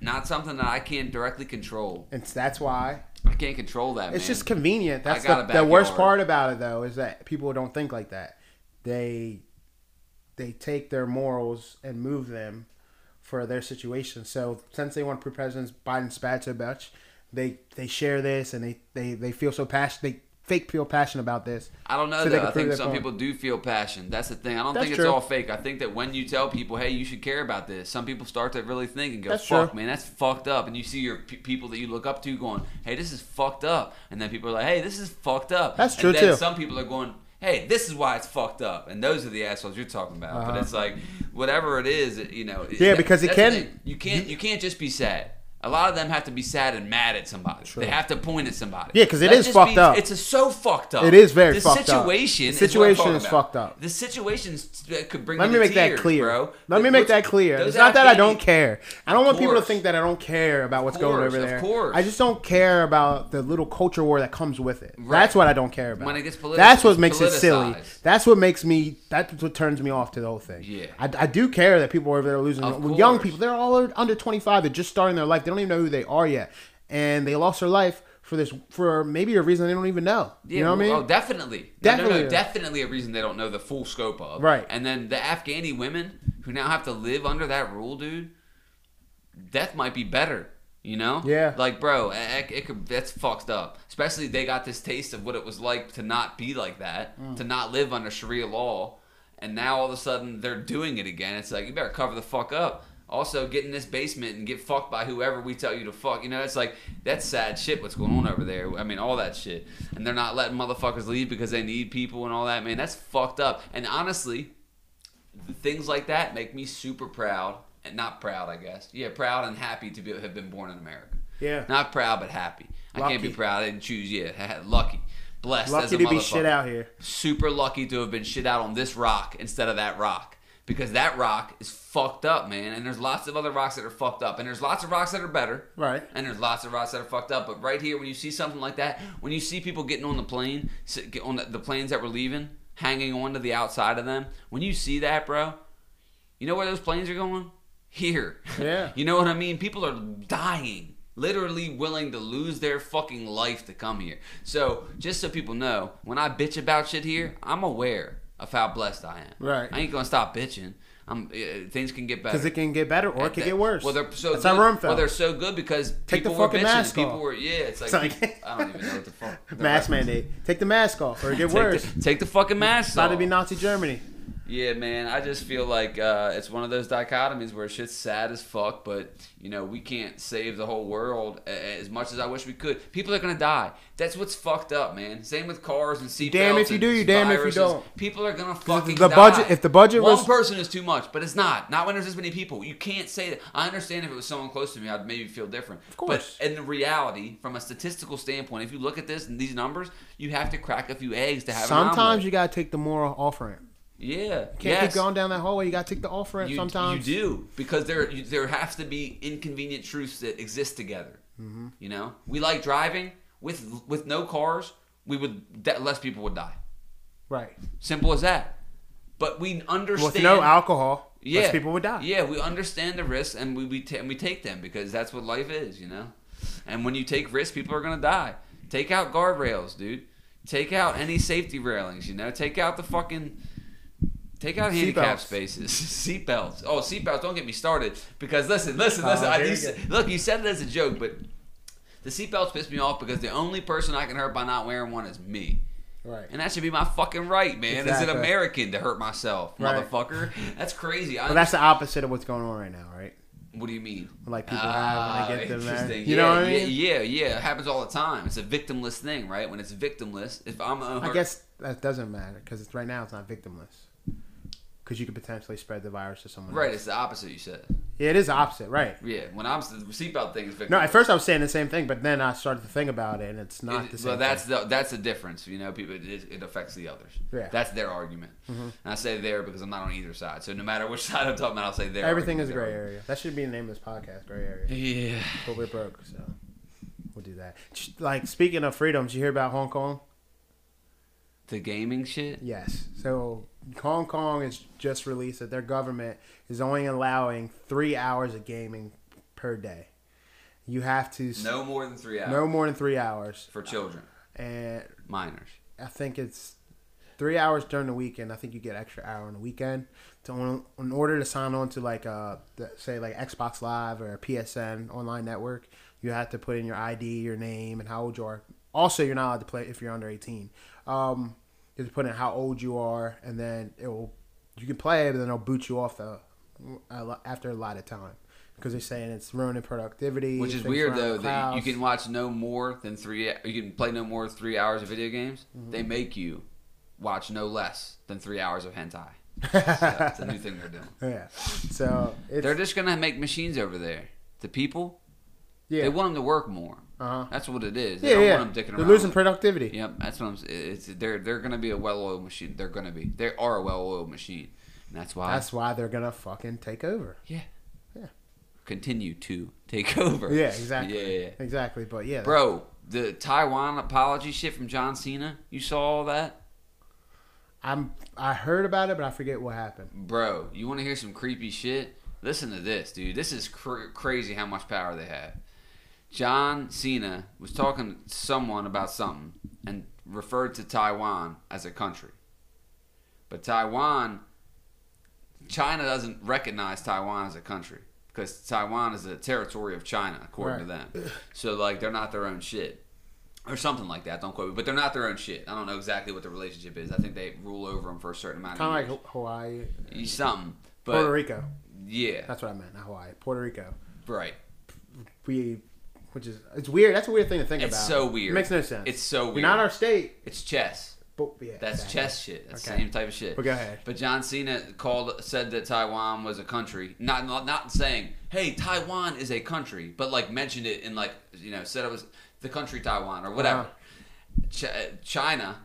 Not something that I can directly control.
and that's why
I can't control that.
It's
man.
just convenient. That's
got
the,
a
the worst
backyard.
part about it, though, is that people don't think like that. They they take their morals and move them for their situation. So since they want President Biden bad so much, they they share this and they they, they feel so passionate. They fake feel passionate about this.
I don't know
so they
though.
can
I
prove
think
their
some
point.
people do feel passion. That's the thing. I don't
That's
think
true.
it's all fake. I think that when you tell people, "Hey, you should care about this," some people start to really think and go,
That's
"Fuck,
true.
man, that's fucked up." And you see your p- people that you look up to going, "Hey, this is fucked up," and then people are like, "Hey, this is fucked up."
That's
And
true,
then
too.
Some people are going. Hey, this is why it's fucked up, and those are the assholes you're talking about. But it's like, whatever it is, it- you know. it-
Uh-huh. Yeah, because it
that's the
can-
thing. You can't. You can't just be sad. A lot of them have to be sad and mad at somebody. They have to point at somebody.
Yeah, 'cause it
That
is
just
fucked
be-
up.
It's a, so fucked up.
It is very
the
fucked up.
situation.
The
is what I'm
situation
talking
is
about.
fucked up.
The situation s- that could bring.
Let me
me to
make
tears,
that clear.
bro.
Let me
Like,
make that
what's-
clear.
those
It's not that I
Afghani-
don't care. I don't
Of
want people to
course.
think that I don't care about what's going
course,
over
of
there.
course.
I just don't care about the little culture war that comes with it.
Right.
That's what I don't care about.
When it gets politi-
That's what
it's
makes it silly.
politicized.
That's what makes me. That's what turns me off to the whole thing.
Yeah.
I, I do care that people are over there losing.
Of
when young
course.
people, they're all under twenty five. They're just starting their life. They don't even know who they are yet, and they lost their life for this for maybe a reason they don't even know.
Yeah,
you know what I mean?
well, Oh, definitely. Definitely. No,
Definitely.
no, definitely a reason they don't know the full scope of.
Right.
And then the Afghani women who now have to live under that rule, dude, death might be better. You know?
Yeah.
Like, bro, it, it could, that's fucked up. Especially they got this taste of what it was like to not be like that, to not live under Sharia law. And now all of a sudden they're doing it again. It's like, you better cover the fuck up. Also, get in this basement and get fucked by whoever we tell you to fuck. You know, it's like, that's sad shit what's going on over there. I mean, all that shit. And they're not letting motherfuckers leave because they need people and all that, man. That's fucked up. And honestly, things like that make me super proud and not proud i guess yeah proud and happy to be, have been born in america
Yeah.
not proud but happy i can't be
Lucky.
proud i didn't choose yeah <laughs> lucky blessed as
Lucky
oh, a
to be
motherfucker.
shit out here.
super lucky to have been shit out on this rock instead of that rock because that rock is fucked up man and there's lots of other rocks that are fucked up and there's lots of rocks that are better
Right.
and there's lots of rocks that are fucked up. But right here, when you see something like that, when you see people getting on the plane, sit- get on the, the planes that were leaving, hanging on to the outside of them, when you see that, bro, you know where those planes are going? Here.
Yeah.
<laughs> you know what I mean? People are dying, literally willing to lose their fucking life to come here. So just so people know, when I bitch about shit here, I'm aware of how blessed I am.
Right.
I ain't gonna stop bitching. I'm, uh, things can get better
Because it can get better or it can
that-
get worse.
Well, they're so
That's
good.
how Rome felt.
Well, they're so good because
Take the
people were
fucking
bitching.
mask
people
off.
were yeah. It's like,
It's like-
I don't even know what the
<laughs>
fuck. <laughs>
Mask mandate. Take the mask off or it get
Take
worse.
the, take the fucking mask
It's about
off.
to be Nazi Germany.
Yeah, man. I just feel like uh, it's one of those dichotomies where shit's sad as fuck, but you know we can't save the whole world a- a- as much as I wish we could. People are gonna die. That's what's fucked up, man. Same with cars and seatbelts.
damn if you
and
do, you damn if you
viruses.
don't.
People are gonna fucking
the
die.
budget- if the budget
one
was-
person is too much, but it's not. Not when there's this many people. You can't say that. I understand if it was someone close to me, I'd maybe feel different. Of
course.
But in the reality, from a statistical standpoint, if you look at this and these numbers, you have to crack a few eggs to have. an omelet.
Sometimes you gotta take the moral off ramp.
yeah,
Can't
yes.
keep going down that hallway. You gotta take the off ramp
You,
sometimes.
you do because there you, there has to be inconvenient truths that exist together.
Mm-hmm.
You know, we like driving with with no cars. We would that less people would die.
Right.
Simple as that. But we understand.
With no alcohol,
yeah,
less people would die.
Yeah, we understand the risks and we we, ta- and we take them because that's what life is. You know, and when you take risks, people are gonna die. Take out guardrails, dude. Take out any safety railings. You know, take out the fucking. Take out handicap
Seatbelts.
spaces, <laughs> seatbelts. Oh, seatbelts! Don't get me started because listen, listen,
Oh,
listen. I,
here
you
we
sa- look, you said it as a joke, but the seatbelts piss me off because the only person I can hurt by not wearing one is me,
Right.
and that should be my fucking right, man. As an
Exactly.
American, to hurt myself,
Right.
motherfucker. That's crazy. I
But that's the opposite of what's going on right now, right?
what do you mean?
Like people have when they
Ah,
get them there.
interesting.
You
yeah,
know what I
yeah,
mean?
Yeah, yeah, it happens all the time. It's a victimless thing, right? When it's victimless, if I'm a
I guess that doesn't matter because it's right now it's not victimless. Because you could potentially spread the virus to someone.
right,
Else.
it's the opposite. You said,
Yeah, it is the opposite, right?
yeah. When I'm the seatbelt thing is victimless.
No, at first I was saying the same thing, but then I started to think about it, and it's not
It-
the same.
well, that's the that's the difference. You know, people it, it affects the others.
Yeah. Mm-hmm.
That's their argument. And I say there because I'm not on either side. So no matter which <laughs> side I'm talking about, I'll say there.
thing. everything is a gray area. That should be the name of this podcast, gray area.
Yeah.
But we're broke, so we'll do that. Just, Like speaking of freedoms, you hear about Hong Kong?
The gaming shit.
Yes. So Hong Kong has just released that their government is only allowing three hours of gaming per day. You have to s-
No more than three hours
no more than three hours,
for children,
and
minors.
I think it's three hours during the weekend. I think you get extra hour on the weekend to on, in order to sign on to like uh the, say like Xbox Live or PSN online network. You have to put in your ID, your name, and how old you are. Also, you're not allowed to play if you're under 18. Um, you have to put in how old you are, and then it will you can play it, but then it'll boot you off the a lo- after a lot of time because they're saying it's ruining productivity,
Which is
things
weird
around the
though that you,
clouds.
you can watch no more than three. You can play no more than three hours of video games.
Mm-hmm.
They make you watch no less than three hours of hentai.
<laughs>
so it's a new thing they're doing.
yeah. So it's,
They're just gonna make machines over there. The people,
yeah.
they want them to work more.
Uh-huh.
That's what it is. They
yeah,
don't
yeah.
want them dicking
They're
around.
losing
with-
productivity.
Yep, that's what I'm. s- It's they're they're gonna be a well-oiled machine. They're gonna be. They are a well-oiled machine. And that's why.
That's why they're gonna fucking take over.
yeah.
Yeah.
Continue to take <laughs> over.
Yeah, exactly.
Yeah, yeah, yeah.
Exactly. But yeah,
Bro, the Taiwan apology shit from John Cena. You saw all that?
I'm I heard about it, but I forget what happened.
Bro, you want to hear some creepy shit? Listen to this, dude. This is cr- crazy how much power they have. John Cena was talking to someone about something and referred to Taiwan as a country. But Taiwan, China doesn't recognize Taiwan as a country because Taiwan is a territory of China, according to them. So, like, they're not their own shit. Or something like that. Don't quote me. But they're not their own shit. I don't know exactly what the relationship is. I think they rule over them for a certain amount of
Kind
years.
of like Hawaii,
He's something. Mm-hmm. But
Puerto Rico.
yeah,
That's what I meant. Not Hawaii, Puerto Rico.
right.
We, which is it's weird. That's a weird thing to think
It's
about.
so weird.
It makes no sense.
It's so
You're
weird.
Not our state,
It's chess.
but yeah.
That's
exactly.
chess shit. That's the
Okay.
same type of shit.
But go ahead.
But John Cena called said that Taiwan was a country. Not not, not saying, "Hey, Taiwan is a country," but like mentioned it in like, you know, said it was the country Taiwan or whatever. Ch- uh, China,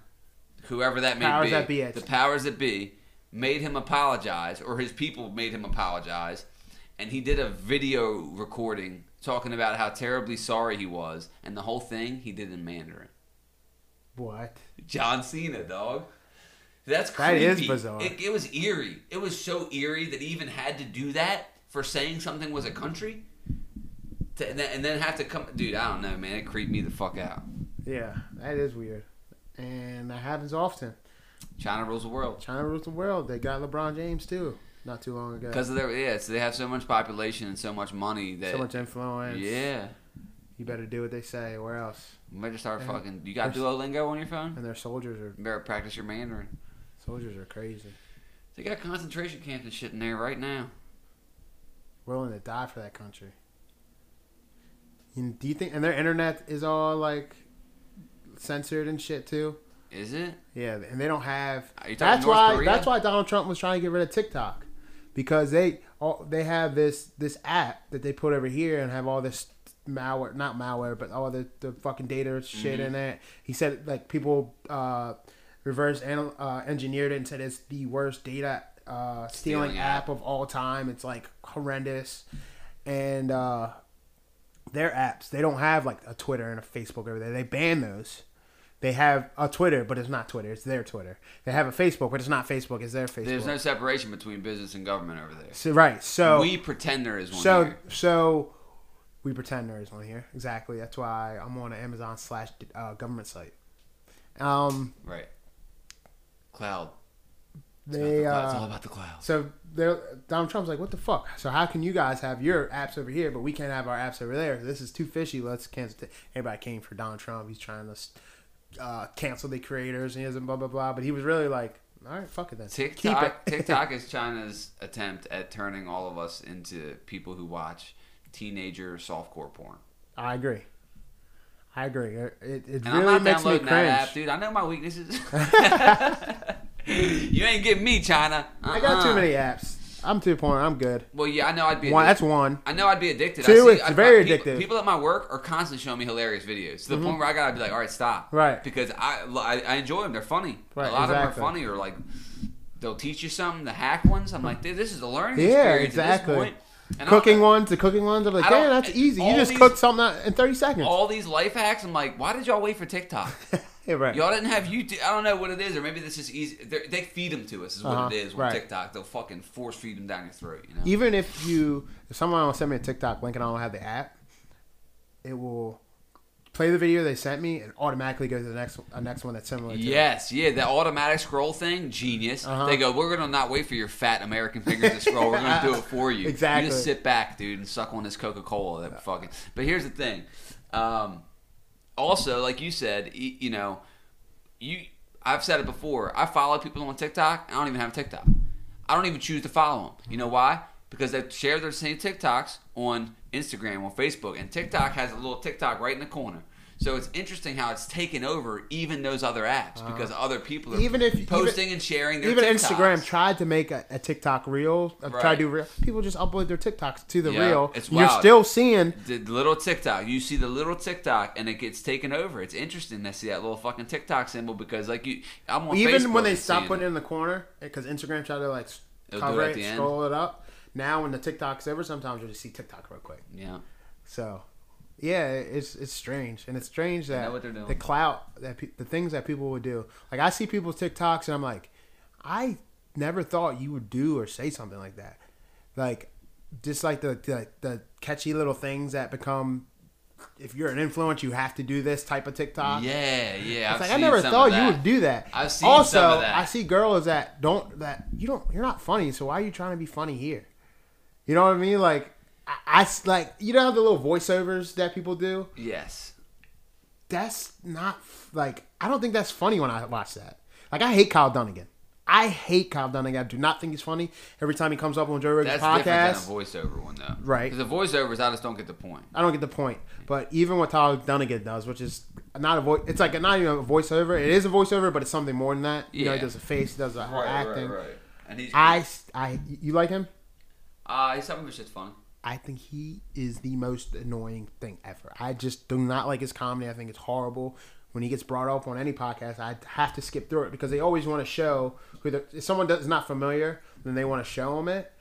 whoever that may
Uh-huh. Powers
be,
that be, it's-
the powers that be made him apologize or his people made him apologize, and he did a video recording talking about how terribly sorry he was, and the whole thing he did in Mandarin.
What?
John Cena, dog. That's
That
creepy.
is bizarre.
It, it was eerie. It was so eerie that he even had to do that for saying something was a country. To, and, then, and then have to come, dude. I don't know, man. It creeped me the fuck out.
Yeah, that is weird, and that happens often.
China rules the world
China rules the world. They got LeBron James too, not too long ago.
because of their yeah. So they have so much population and so much money that
So much influence.
yeah.
You better do what they say, or else.
You better start
Yeah.
fucking. You got
There's-
Duolingo on your phone?
And their soldiers are
You better practice your Mandarin.
soldiers are crazy.
They got concentration camps and shit in there right now.
willing to die for that country. And do you think? And their internet is all like censored and shit too.
Is it?
Yeah, and they don't have.
Are you talking
That's
North
why.
Korea?
That's why Donald Trump was trying to get rid of TikTok, because they all they have this this app that they put over here and have all this malware, not malware, but all the, the fucking data shit in
Mm-hmm.
it. He said like people uh, reverse anal- uh, engineered it and said it's the worst data uh, stealing,
Stealing app.
app of all time. It's like horrendous, and uh, their apps they don't have like a Twitter and a Facebook over there. They ban those. They have a Twitter, but it's not Twitter. It's their Twitter. They have a Facebook, but it's not Facebook. It's their Facebook.
There's no separation between business and government over there.
so, right. So
we pretend there is one.
so
here.
so we pretend there is one here. Exactly. That's why I'm on an Amazon slash uh, government site. Um,
right. Cloud. It's, about the
they
cloud. it's all
uh,
about the clouds.
so they're, Donald Trump's like, what the fuck? So how can you guys have your apps over here, but we can't have our apps over there? This is too fishy. Let's cancel. T-. Everybody came for Donald Trump. He's trying to uh, cancel the creators and he doesn't blah blah blah. But he was really like, all right, fuck it then. Keep
TikTok.
it. <laughs>
TikTok is China's attempt at turning all of us into people who watch teenager softcore porn.
I agree. I agree. It, it it
And
really
I'm not
makes me
downloading
cringe.
that app, dude. I know
<laughs>
my weaknesses. <laughs> you ain't getting me, China.
I got
Uh-uh.
too many apps. I'm two point. I'm good.
Well, yeah, I know I'd be.
One, that's
addicted.
one.
I know I'd be addicted. I
Two,
see,
it's
I-
very
people,
addictive. Mm-hmm.
People at my work are constantly showing me hilarious videos to the point where I gotta be like, all right, stop.
Right.
Because I I, I enjoy them. They're funny.
Right,
a lot of
exactly.
them are funny or like they'll teach you something. The hack ones. I'm like, dude, this is a learning
Yeah,
experience.
exactly.
At this point. And I'll-
Cooking ones, the cooking ones. I'm like,
I don't-
damn, that's easy. You
all
just
these-
cooked something out in 30 seconds.
all these life hacks. I'm like, why did y'all wait for TikTok?
<laughs> Yeah, <laughs> right.
Y'all didn't have YouTube. I don't know what it is, or maybe this is easy. They're, they feed them to us, is what
Uh-huh,
it is. With
right.
TikTok, they'll fucking force feed them down your throat. You know.
Even if you, if someone will send me a TikTok link and I don't have the app, it will play the video they sent me and automatically go to the next a next one that's similar. To it.
Yes, yeah, the automatic scroll thing, genius.
Uh-huh.
They go, we're gonna not wait for your fat American fingers to scroll. We're gonna do it for
<laughs>
you.
Exactly.
You just sit back, dude, and suck on this Coca Cola. That fucking. But here's the thing. Um, also, like you said, y- you know, you. I've said it before. I follow people on TikTok. I don't even have TikTok. I don't even choose to follow them. You know why? Because they share their same TikToks on Instagram, on Facebook, and TikTok has a little TikTok right in the corner. So it's interesting how it's taken over even those other apps because other people are
Uh-huh. Even if-
posting
even-
and sharing their
Even
TikToks.
Instagram tried to make a, a TikTok reel, uh, try
Right.
to do real. People just upload their TikToks to the
Yeah,
reel.
it's
and you're
wild.
still seeing
The little TikTok. You see the little TikTok, and it gets taken over. It's interesting to see that little fucking TikTok symbol because, like, you, I'm on
even
Facebook
when they
and
stop
seeing
putting it in the corner because Instagram tried to like s-
It'll do
cover
it at
it,
the end.
scroll it up. Now when the TikTok's over, sometimes you'll just see TikTok real quick.
Yeah,
So, yeah, it's it's strange, and it's strange that
know what they're doing.
the clout that pe- the things that people would do. Like I see people's TikToks, and I'm like, I never thought you would do or say something like that. Like, just like the the, the catchy little things that become. If you're an influencer, you have to do this type of TikTok.
yeah,
It's
yeah. I've
like I
seen
never
some
thought
of
you
that.
would do that.
I've seen
also,
some of that.
I see girls that don't that you don't you're not funny, so why are you trying to be funny here? You know what I mean? Like I, I s- like you know the little voiceovers that people do.
Yes.
That's not f- like I don't think that's funny when I watch that. Like I hate Kyle Dunnigan. I hate Kyle Dunnigan. I do not think he's funny. Every time he comes up on Joe Rogan's
That's
podcast,
different than a voiceover one, though.
Right.
Because the voiceovers, I just don't get the point.
I don't get the point. But even what Tyler Dunnigan does, which is not a voice, it's like not even a voiceover. It is a voiceover, but it's something more than that. You know, he
Yeah.
does a face, he does a whole acting.
And he's.
I, s- I, you like him?
Uh, some of it's just funny.
I think he is the most annoying thing ever. I just do not like his comedy. I think it's horrible. When he gets brought up on any podcast, I have to skip through it because they always want to show who the if someone does not familiar, then they want to show them it,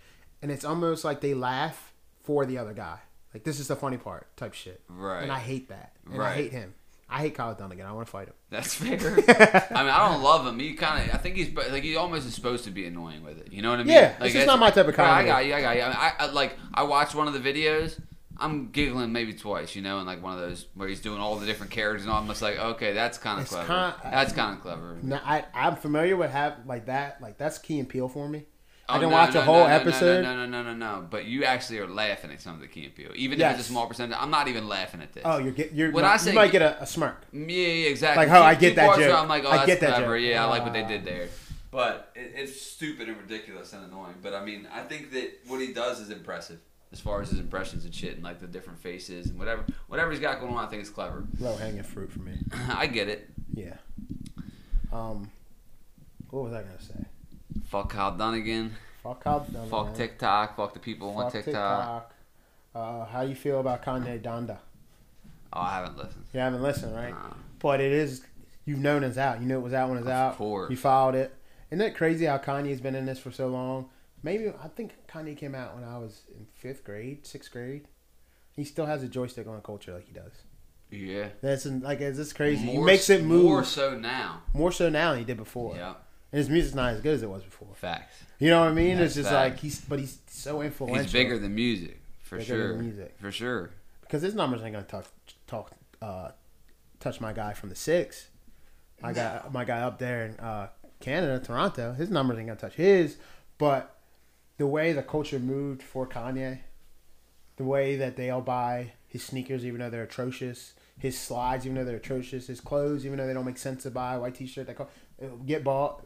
and it's almost like they laugh for the other guy. Like this is the funny part type shit.
Right.
And I hate that. And I
Right.
hate him. I hate Kyle Dunnigan. I want to fight him.
<laughs>
<laughs>
That's fair. I mean, I don't love him. He kind of, I think he's but, like he almost is supposed to be annoying with it. You know what I mean?
Yeah,
like,
it's just not my type of
Right,
comedy.
I got you. I got you. I, mean, I, I like I watched one of the videos. I'm giggling maybe twice, you know, and like one of those where he's doing all the different characters, and I'm just like, okay, that's kind of
It's
clever.
kin-
that's kind of clever.
No, I I'm familiar with have like that. Like that's Key and Peele for me.
Oh,
I can
no,
watch
no,
a
no,
whole
no, no,
episode.
No, no, no, no, no, no. But you actually are laughing at some of the Key and Peele, even if
Yes.
it's a small percentage. I'm not even laughing at this.
Oh, you're get you're
When
you
I say-
might get a, a smirk.
Yeah, yeah, exactly.
Like, oh, I
Two-
get
two
that
parts where
joke.
I'm like, oh,
I
that's
get that
clever.
joke.
Yeah, I like what they
Ah.
did there. But it, it's stupid and ridiculous and annoying. But I mean, I think that what he does is impressive as far as his impressions and shit and like the different faces and whatever whatever he's got going on. I think it's clever. <clears throat>
Low hanging fruit for me.
I get it.
Yeah. Um, what was I gonna say?
Fuck Kyle Dunnigan.
Fuck Cobb. Dunn,
Fuck
man.
TikTok. Fuck the people on
Fuck
TikTok.
TikTok. Uh, how do you feel about Kanye Donda?
Oh, I haven't listened.
You haven't listened, right?
Nah.
But it is. You've known it's out. You knew it was out when it's
Of
out.
course.
You filed it. Isn't it crazy how Kanye's been in this for so long? Maybe I think Kanye came out when I was in fifth grade, sixth grade. He still has a joystick on culture like he does.
Yeah.
That's like it's just crazy. he
More
makes it
s-
move
more
more,
so now.
so now than he did before.
Yeah,
And his music's not as good as it was before.
facts.
You know what I mean?
That's
it's just
fact.
like he's, but he's so influential.
He's bigger than music for
Bigger
sure.
than music.
For sure.
because his numbers ain't gonna talk talk uh, touch my guy from the six. My guy, my guy up there in uh, Canada, Toronto. His numbers ain't gonna touch his, but the way the culture moved for Kanye, the way that they all buy his sneakers even though they're atrocious, his slides even though they're atrocious, his clothes even though they don't make sense to buy, white T-shirt that co- it'll get bought.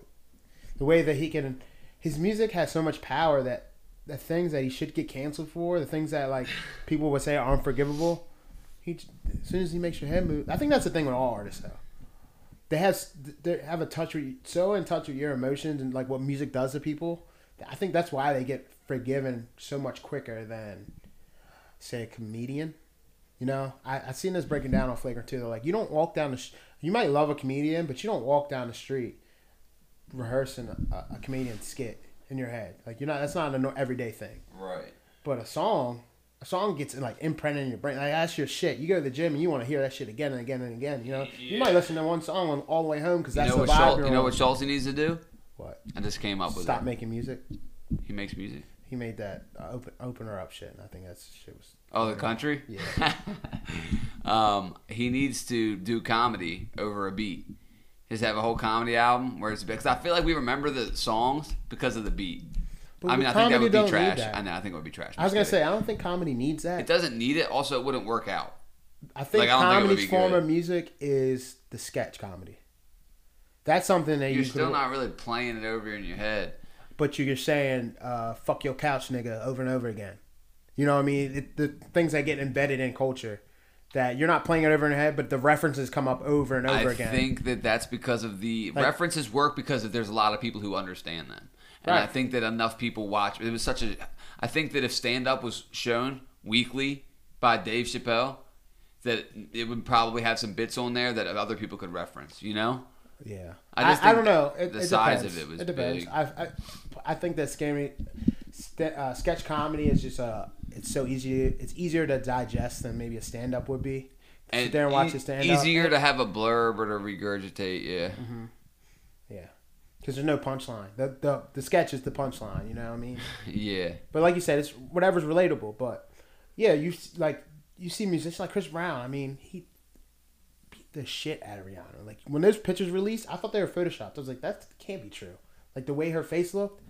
The way that he can, his music has so much power that the things that he should get canceled for, the things that like people would say are unforgivable. He j- as soon as he makes your head move, I think that's the thing with all artists though. They have s- they have a touch with you- so in touch with your emotions and like what music does to people. I think that's why they get forgiven so much quicker than say a comedian. You know, I I seen this breaking down on Flagrant too. They're like, you don't walk down the, sh- you might love a comedian, but you don't walk down the street rehearsing a, a comedian skit in your head. Like you're not, that's not an everyday thing.
Right.
But a song, a song gets like imprinted in your brain. Like that's your shit. You go to the gym and you want to hear that shit again and again and again. You know, you might listen to one song on, all the way home because
You
that's
know,
the
what
vibe.
Schultz,
you're
you know
on.
what Schultz needs to do?
What?
I just came up with
Stop
it.
making music.
He makes music.
He made that uh, open opener up shit, and I think that's shit was.
Oh, the country?
Yeah.
<laughs> um, he needs to do comedy over a beat. Just have a whole comedy album where it's because I feel like we remember the songs because of the beat.
But
I mean, I think
comedy
that would
don't
be
need
trash.
that.
I know. I think it would be trash.
I was gonna
Just kidding.
say I don't think comedy needs that.
it doesn't need it. Also, it wouldn't work out.
I think
Like, I don't think it would
comedy's
be
form
good.
of music is the sketch comedy. That's something that
You're
you
still
could,
not really playing it over in your head.
but you're saying uh, "fuck your couch, nigga" over and over again. You know what I mean? It, the things that get embedded in culture that you're not playing it over in your head, but the references come up over and over
I
again.
think that that's because of the references work because of, there's a lot of people who understand them, and I
Right.
think that enough people watch. It was such a. I think that if stand up was shown weekly by Dave Chappelle, that it would probably have some bits on there that other people could reference. You know,
yeah,
I
I,
just
I,
think
don't know. It,
the
it
size
depends.
of it was
depends.
big.
I, I I think that scary st- uh, sketch comedy is just uh, it's so easy. It's easier to digest than maybe a stand up would be. Sit there and watch
e-
a stand up.
Easier to have a blurb or to regurgitate. Yeah,
Mm-hmm. Yeah, because there's no punchline. The, the the sketch is the punchline. You know what I mean?
yeah.
But like you said, it's whatever's relatable. But yeah, you s- like you see musicians like Chris Brown. I mean, he beat the shit out of Rihanna. Like when those pictures released, I thought they were photoshopped. I was like, that can't be true. Like the way her face looked.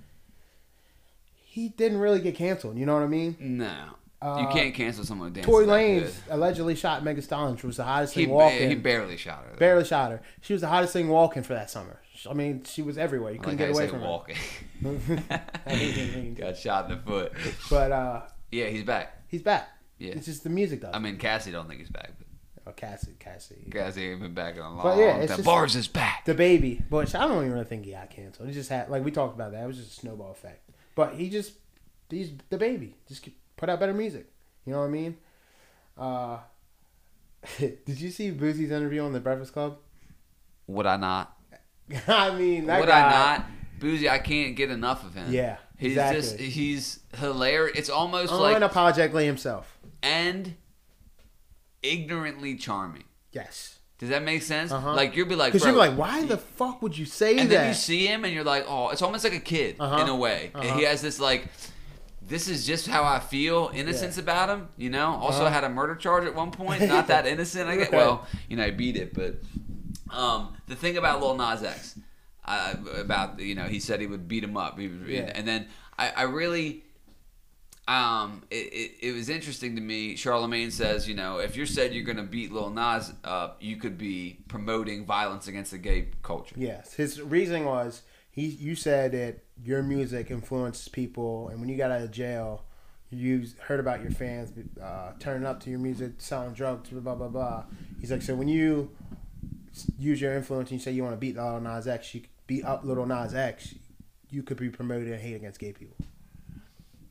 He didn't really get canceled. You know what I mean?
No, you
Uh,
can't cancel someone dancing.
Tory
like
Lanez
this.
allegedly shot Megan Stallion, which was the hottest
He,
thing
ba-
walking.
he barely shot her. though.
barely shot her. She was the hottest thing walking for that summer. I mean, she was everywhere. You
I
couldn't
like
get
how you
away
say
from her. <laughs>
walking. <laughs>
I hate that name.
Got shot in the foot.
But uh,
Yeah, he's back.
he's back.
Yeah.
It's just the music though.
I mean, Cassie don't think he's back. But
oh, Cassie, Cassie.
Cassie ain't been back in a long
But yeah, it's
time.
just-
Bars is back.
The baby, which I don't even really think he got canceled. He just had like we talked about that. It was just a snowball effect. But he just he's the baby. Just keep- put out better music. You know what I mean? Uh <laughs> Did you see Boozy's interview on the Breakfast Club? <laughs>
Would I not?
I mean, that
Would
guy.
I not? Boozy, I can't get enough of him.
Yeah,
He's
exactly. Oh,
just he's hilarious. It's almost like
Unapologetically himself.
and ignorantly charming.
Yes.
Does that make sense?
Uh-huh.
Like you'll be like,
Because
bro,
you're like, why the fuck would you say
and then you
that?
see him and you're like, oh, it's almost like a kid
Uh-huh.
in a way. And He has this like, this is just how I feel, innocence about him, you know. Also had a murder charge at one point, not
<laughs>
that innocent. I get
Uh-huh. Right.
well, you know, I beat it, but um, the thing about Lil Nas X, uh, about you know, he said he would beat him up, He would-
Yeah.
and then I, I really. Um, it, it, it was interesting to me. Charlemagne says, you know, if you said you're gonna beat Lil Nas up, you could be promoting violence against the gay culture.
Yes, his reasoning was he you said that your music influences people, and when you got out of jail, you heard about your fans uh, turning up to your music, selling drugs, blah blah blah. He's like, so when you s- use your influence and you say you want to beat Little Nas X, you beat up Little Nas X, you could be promoted and hate against gay people.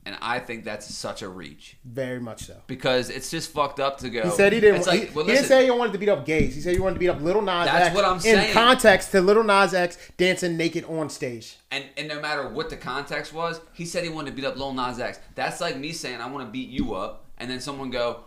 And I think that's such a reach
Very much so.
because it's just fucked up to go.
He said he didn't.
It's like,
he,
well,
he didn't
listen,
say he wanted to beat up gays. He said he wanted to beat up Little Nas
That's
X.
what I'm
in
saying.
context to Little Nas X dancing naked on stage.
And and no matter what the context was, he said he wanted to beat up Lil Nas X. That's like me saying I want to beat you up, and then someone go,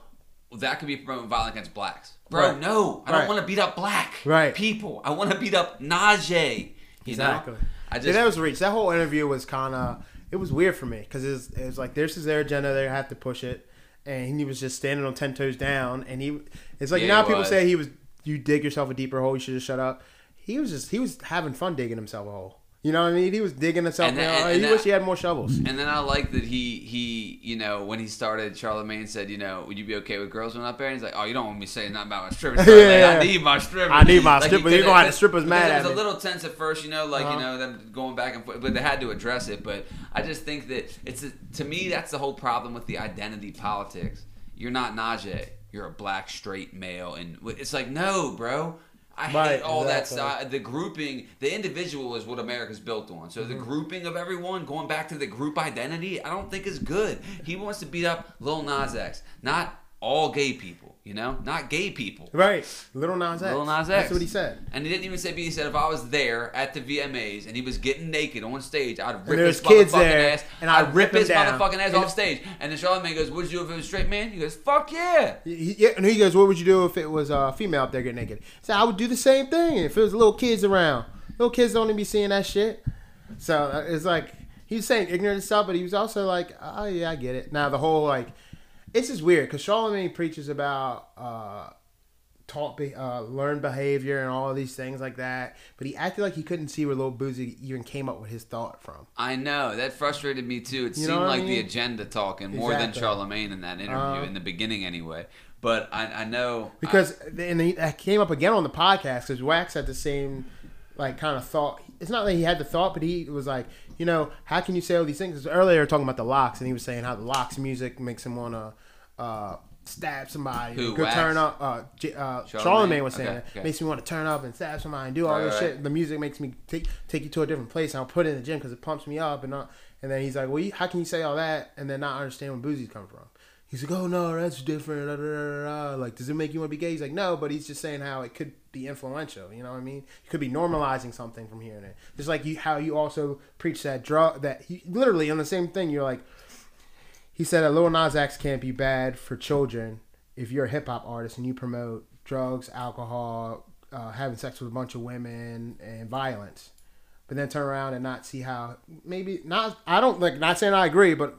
well, that could be promoting violence against blacks. Bro,
Right.
no, I
Right.
don't want to beat up black
Right.
people. I want to beat up Najee. You
Exactly.
Know? I
yeah,
just
that was reach. That whole interview was kind of it was weird for me because it's it was like this is their agenda. They have to push it, and he was just standing on ten toes down. And he, it's like
Yeah,
now
he
people
was.
say he was you dig yourself a deeper hole. You should just shut up. He was just he was having fun digging himself a hole. You know what I mean? He was digging himself.
And
a
that-
hole.
and-
he
and that-
wish he had more shovels.
And then I like that he he you know when he started, Charlemagne said, you know, would you be okay with girls going up there? And he's like, oh, you don't want me saying nothing about
<laughs>
my strippers.
Yeah,
Charlemagne.
yeah.
I need my strippers.
I need my
he
strippers. You're
couldn't-
gonna have the strippers
because
mad
It was
at
a
me.
little tense at first, you know, like
Uh-huh.
you know them going back and forth, but they had to address it. But I just think that it's a, to me that's the whole problem with the identity politics. You're not Najee. You're a black straight male, and w- it's like no, bro. I
Right,
hate all
exactly.
that stuff. Uh, the grouping, the individual is what America's built on. So the
Mm-hmm.
grouping of everyone, going back to the group identity, I don't think is good. He wants to beat up Lil Nas X, not all gay people. You know, not gay people.
Right, Little Nas X.
Lil Nas X.
That's what he said.
And he didn't even say. He said, if I was there at the VMAs and he was getting naked on stage, I'd rip
there's
his
kids
motherfucking
there,
ass.
and I'd rip him
his
down.
motherfucking ass
And-
off stage. And then Charlamagne goes, "Would you do if it was a straight man?" He goes, "Fuck yeah."
He, yeah, and he goes, "What would you do if it was a female out there getting naked?" So I would do the same thing if it was little kids around. Little kids don't even be seeing that shit. So uh, it's like he's saying ignorant stuff, but he was also like, "Oh yeah, I get it." Now the whole like, it's just weird because Charlemagne preaches about uh, taught, be- uh, learned behavior and all of these things like that, but he acted like he couldn't see where little Boozy even came up with his thought from.
I know that frustrated me too. It
You know
seemed
what I
like the
mean?
agenda talking more
Exactly.
than Charlemagne in that interview
Uh-huh.
in the beginning, anyway. But I, I know I-
because and he, that came up again on the podcast because Wax had the same like kind of thought. It's not that he had the thought, but he was like, you know, how can you say all these things? 'Cause earlier we were talking about the locks, and he was saying how the locks music makes him wanna uh, stab somebody,
Who,
go
Wax?
turn up. Uh, J- uh,
Charlamagne?
Charlemagne was saying
Okay,
it
okay.
makes me want to turn up and stab somebody and do all
Right,
this
right.
shit. The music makes me take take you to a different place. I'll put it in the gym because it pumps me up and not. And then he's like, well, you, how can you say all that and then not understand where Boozy's come from? He's like, oh no, that's different. da, da, da, da, da." Like, does it make you want to be gay? He's like, no, but he's just saying how it could be influential. You know what I mean? You could be normalizing something from hearing it. Just like you, how you also preach that drug that he, literally on the same thing. You're like, he said that Lil Nas X can't be bad for children if you're a hip hop artist and you promote drugs, alcohol, uh, having sex with a bunch of women, and violence. But then turn around and not see how maybe not. I don't like not saying I agree, but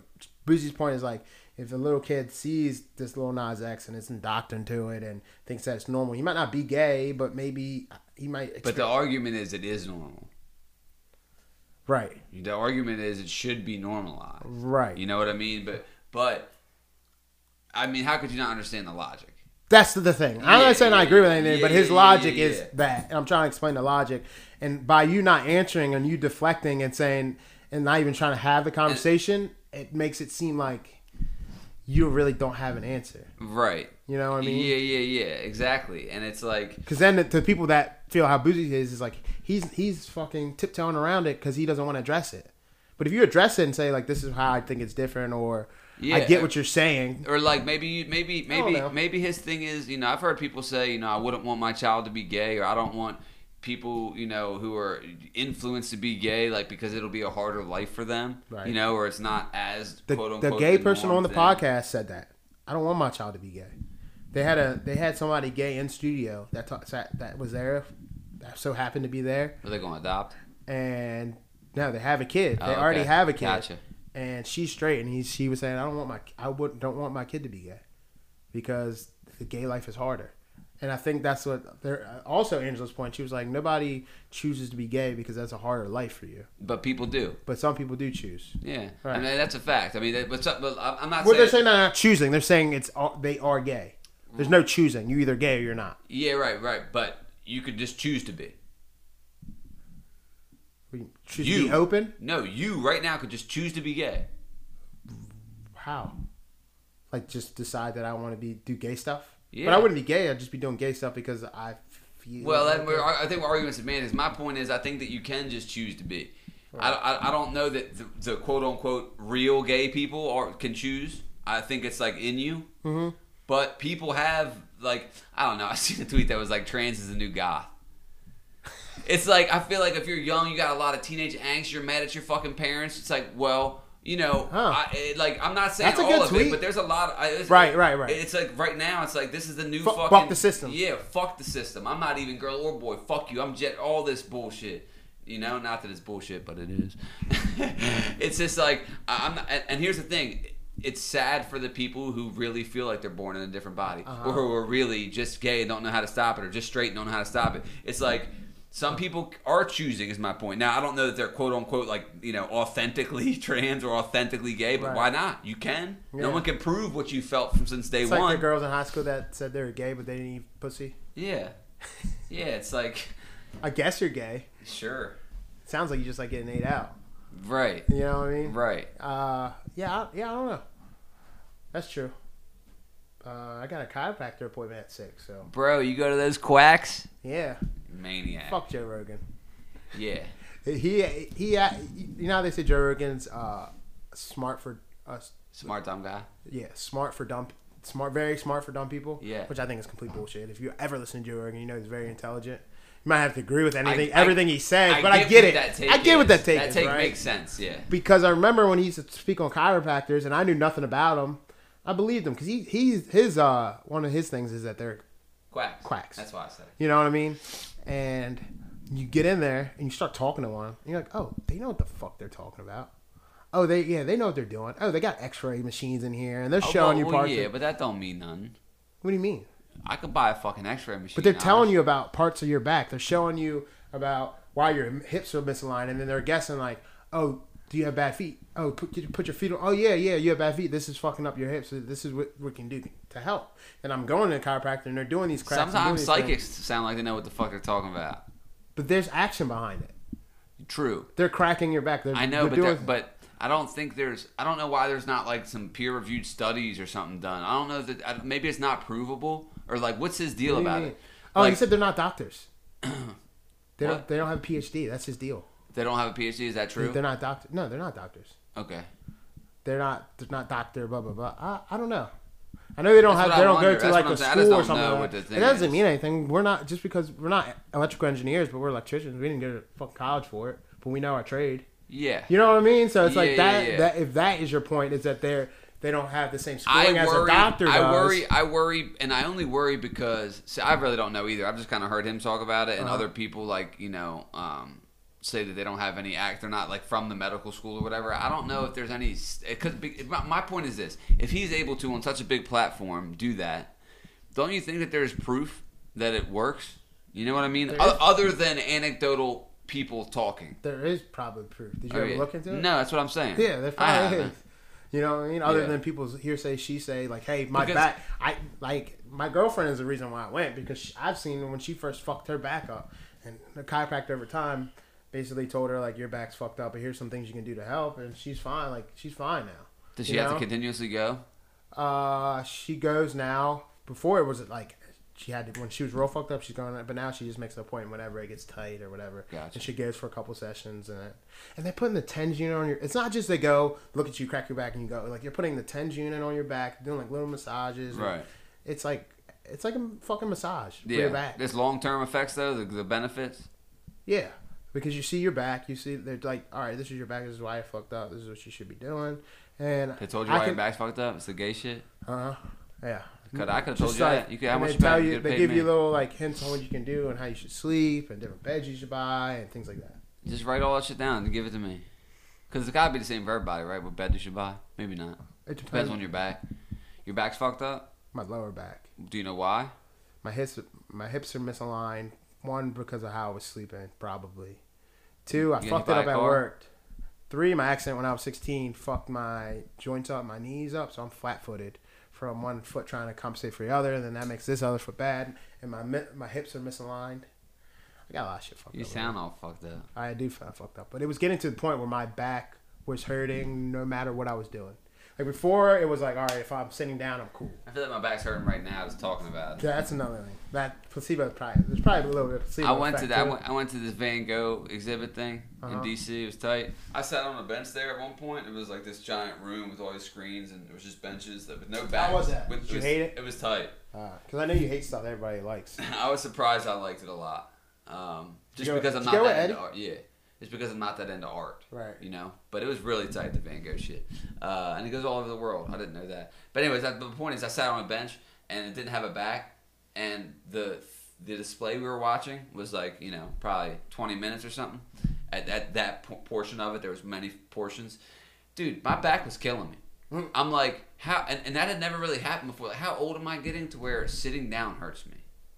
Boozie's point is like if a little kid sees this Lil Nas X and is indoctrinated to it and thinks that's normal, he might not be gay, but maybe he might.
but the argument is it is normal.
right,
The argument is it should be normalized.
right.
You know what I mean? But but I mean, how could you not understand the logic?
That's the thing. I'm
Yeah,
not saying I
yeah,
agree with anything,
yeah,
but his
yeah, yeah,
logic
yeah,
is
yeah.
that. And I'm trying to explain the logic. And by you not answering and you deflecting and saying and not even trying to have the conversation, it makes it seem like you really don't have an answer.
Right.
You know what I mean?
yeah, yeah, yeah, exactly. And it's like
Because then the, the people that feel how boozy he is is like he's he's fucking tiptoeing around it because he doesn't want to address it. But if you address it and say like this is how I think it's different, or I
Yeah.
get what you're saying,
or like maybe maybe
don't
maybe
know.
maybe his thing is you know I've heard people say you know I wouldn't want my child to be gay or I don't want people you know who are influenced to be gay like because it'll be a harder life for them
Right.
you know or it's not as
the,
quote
the
unquote
gay person
norm
on the
thing.
podcast said that I don't want my child to be gay. They had a they had somebody gay in studio that ta- sat, that was there, that so happened to be there,
are they going to adopt
and no, they have a kid. They
Oh, okay.
already have a kid,
Gotcha.
and she's straight, and he she was saying I don't want my I would don't want my kid to be gay because the gay life is harder. And I think that's what they're also Angela's point. She was like, nobody chooses to be gay because that's a harder life for you,
but people do
but some people do choose.
yeah
Right.
I mean that's a fact I mean that- but, so- but I'm I'm not
Well, they're
saying
saying they're not choosing. They're saying it's all, they are gay. There's no choosing. You either gay or you're not.
Yeah, right, right. But you could just choose to be.
We choose
You.
to be open.
No, you right now could just choose to be gay.
How? Like just decide that I want to be do gay stuff. But
Yeah.
I wouldn't be gay. I'd just be doing gay stuff because I feel.
Well,
like
that, we're,
it.
I think we're arguing some man is my point is I think that you can just choose to be. I, I, I don't know that the, the quote unquote real gay people are can choose. I think it's like in you. Mm-hmm. But people have like I don't know. <laughs> I seen a tweet that was like trans is the new goth. It's like I feel like if you're young, you got a lot of teenage angst. You're mad at your fucking parents. It's like well. You know,
Huh.
I, it, like I'm not saying
That's a
all
good
of it,
tweet.
but there's a lot. Of, I, it's-
Right, right, right.
It's like right now, it's like this is the new
Fuck- fuck
fucking
the system.
Yeah, fuck the system. I'm not even girl or boy. Fuck you. I'm jet. All this bullshit. You know, not that it's bullshit, but it is. <laughs> it's just like I- I'm. Not, and- and here's the thing. It's sad for the people who really feel like they're born in a different body,
Uh-huh.
or who are really just gay and don't know how to stop it, or just straight and don't know how to stop it. It's like some people are choosing, is my point. Now I don't know that they're quote unquote like you know authentically <laughs> trans or authentically gay, but
Right.
why not? You can. No
Yeah.
one can prove what you felt from since day
It's
one.
like the girls in high school that said they were gay but they didn't eat pussy. <laughs>
Yeah. Yeah, it's like,
I guess you're gay.
sure.
sounds like you just like getting ate out.
Right.
You know what I mean?
Right.
Uh, yeah, I, yeah, I don't know. That's true. Uh, I got a chiropractor appointment at six, so
Bro, you go to those quacks?
yeah.
Maniac.
Fuck Joe Rogan.
Yeah.
He he. uh, You know how they say Joe Rogan's uh, smart for us.
Smart dumb guy.
Yeah, smart for dumb, smart, very smart for dumb people.
Yeah.
which I think is complete bullshit. If you ever listen to Joe Rogan, you know he's very intelligent. You might have to agree with anything,
I-
everything he says, but I get
what
it.
that take
I get what
is.
that take
That
is,
take
right?
makes sense, yeah.
because I remember when he used to speak on chiropractors and I knew nothing about him. I believed him because he he's his uh one of his things is that they're
Quacks.
Quacks.
That's why I said it.
you know what I mean, and you get in there and you start talking to one and you're like, oh, they know what the fuck they're talking about. Oh, they yeah they know what they're doing. Oh, they got X-ray machines in here and they're
Oh,
showing
well,
you
well,
parts.
Yeah,
of,
but that don't mean nothing.
what do you mean?
I could buy a fucking x-ray machine.
But they're telling you about parts of your back. They're showing you about why your hips are misaligned, and then they're guessing like, oh, do you have bad feet? Oh, put, did you put your feet on. Oh yeah, yeah, you have bad feet. This is fucking up your hips. This is what we can do to help. And I'm going to a chiropractor, and they're doing these cracks. and doing
Sometimes
these
psychics
things.
sound like they know what the fuck they're talking about.
But there's action behind it.
True.
They're cracking your back. They're,
I know,
they're
but
doing-
there, but I don't think there's. I don't know why there's not like some peer reviewed studies or something done. I don't know that I, maybe it's not provable or like what's his deal
What do you
about
mean?
it?
Oh,
like,
you said they're not
<clears throat>
doctors. they
What?
don't. They don't have a PhD. That's his deal.
they don't have a PhD. Is that true?
They're not doctors. No, they're not doctors.
Okay,
they're not they're not doctor blah blah blah. I, I don't know. I know they don't have
That's what
they
I
don't
wonder.
go to
That's
like
what
a
I'm saying. I just
school or
don't
something.
know
like
what the
that.
thing
It doesn't
is.
mean anything. We're not just because we're not electrical engineers, but we're electricians. We didn't go to fucking college for it, but we know our trade.
yeah.
You know what I mean? So it's
Yeah,
like that.
yeah, yeah.
That if that is your point, is that they're they don't have the same
I
schooling as a
worry.
doctor does.
I worry. I worry, and I only worry because see, I really don't know either. I've just kind of heard him talk about it, and
Uh-huh.
other people like you know um, say that they don't have any act. They're not like from the medical school or whatever. I don't know if there's any. Because my, my point is this: if he's able to on such a big platform do that, don't you think that there's proof that it works? You know what I mean?
There is.
O- other than anecdotal people talking.
There is probably proof. Did you
Oh,
ever
yeah.
look into it?
No, that's what I'm saying.
Yeah, there
I
probably
haven't.
is. <laughs> You know what I mean? Other
Yeah.
than people's hearsay, she say like, "Hey, my
Because-
back." I like my girlfriend is the reason why I went because she, I've seen when she first fucked her back up, and the chiropractor over time basically told her like, "Your back's fucked up, but here's some things you can do to help," and she's fine. Like she's fine now.
Does
you
she have to
know?
continuously go?
Uh, she goes now. Before it was like she had to when she was real fucked up. She's going, but now she just makes an appointment whenever it gets tight or whatever.
Gotcha.
And she goes for a couple sessions and it, and they putting the tens unit on your. It's not just they go look at you, crack your back, and you go like you're putting the tens unit on your back, doing like little massages. and
Right.
It's like it's like a fucking massage for your
Yeah.
back.
There's long term effects though. The, the benefits.
Yeah, because you see your back. You see they're like, all right, this is your back. This is why I fucked up. This is what you should be doing. And
They told you
I
why
can-
your back's fucked up. It's the gay shit.
Uh-huh. Yeah.
Could I could have told
Just
you
like,
that. You could how
and
much
they
you
tell
paid, you
you,
could have
they
paid
give
me.
you little like hints on what you can do and how you should sleep and different beds you should buy and things like that.
Just write all that shit down and give it to me. Cause it's gotta be the same for everybody, right? What bed you should buy? Maybe not.
It depends,
Depends on your back. Your back's fucked up.
my lower back.
Do you know why?
My hips, my hips are misaligned. One because of how I was sleeping, probably. Two, I
You get
fucked it
hit by
up
a
at
car?
work. Three, my accident when I was 16 fucked my joints up, my knees up, so I'm flat-footed from one foot trying to compensate for the other, and then that makes this other foot bad, and my mi- my hips are misaligned. I got a lot of shit fucked
You
up.
sound all fucked up.
I do sound fucked up, but it was getting to the point where my back was hurting no matter what I was doing. Like before, it was like, all right, if I'm sitting down, I'm cool.
I feel like my back's hurting right now. Just talking about it.
Yeah, that's another thing. That placebo probably there's probably a little bit of placebo.
I went to
effect,
that. I
too.
went, I went to this Van Gogh exhibit thing
Uh-huh.
in DC. It was tight. I sat on a bench there at one point. It was like this giant room with all these screens and it was just benches that with no backs.
was that?
With,
Did you
was-
hate it?
It was tight.
Because Uh, I know you hate stuff everybody likes.
<laughs> I was surprised I liked it a lot. Um, just
go-
because I'm
did
not
you go
that
with
into art. Yeah. It's because I'm not that into art.
Right.
You know? But it was really tight, the Van Gogh shit. Uh, and it goes all over the world. I didn't know that. But, anyways, I, the point is, I sat on a bench and it didn't have a back. And the the display we were watching was like, you know, probably 20 minutes or something. At, at that po- portion of it, there was many portions. Dude, my back was killing me.
Mm.
I'm like, how? And, and that had never really happened before. Like, how old am I getting to where sitting down hurts me?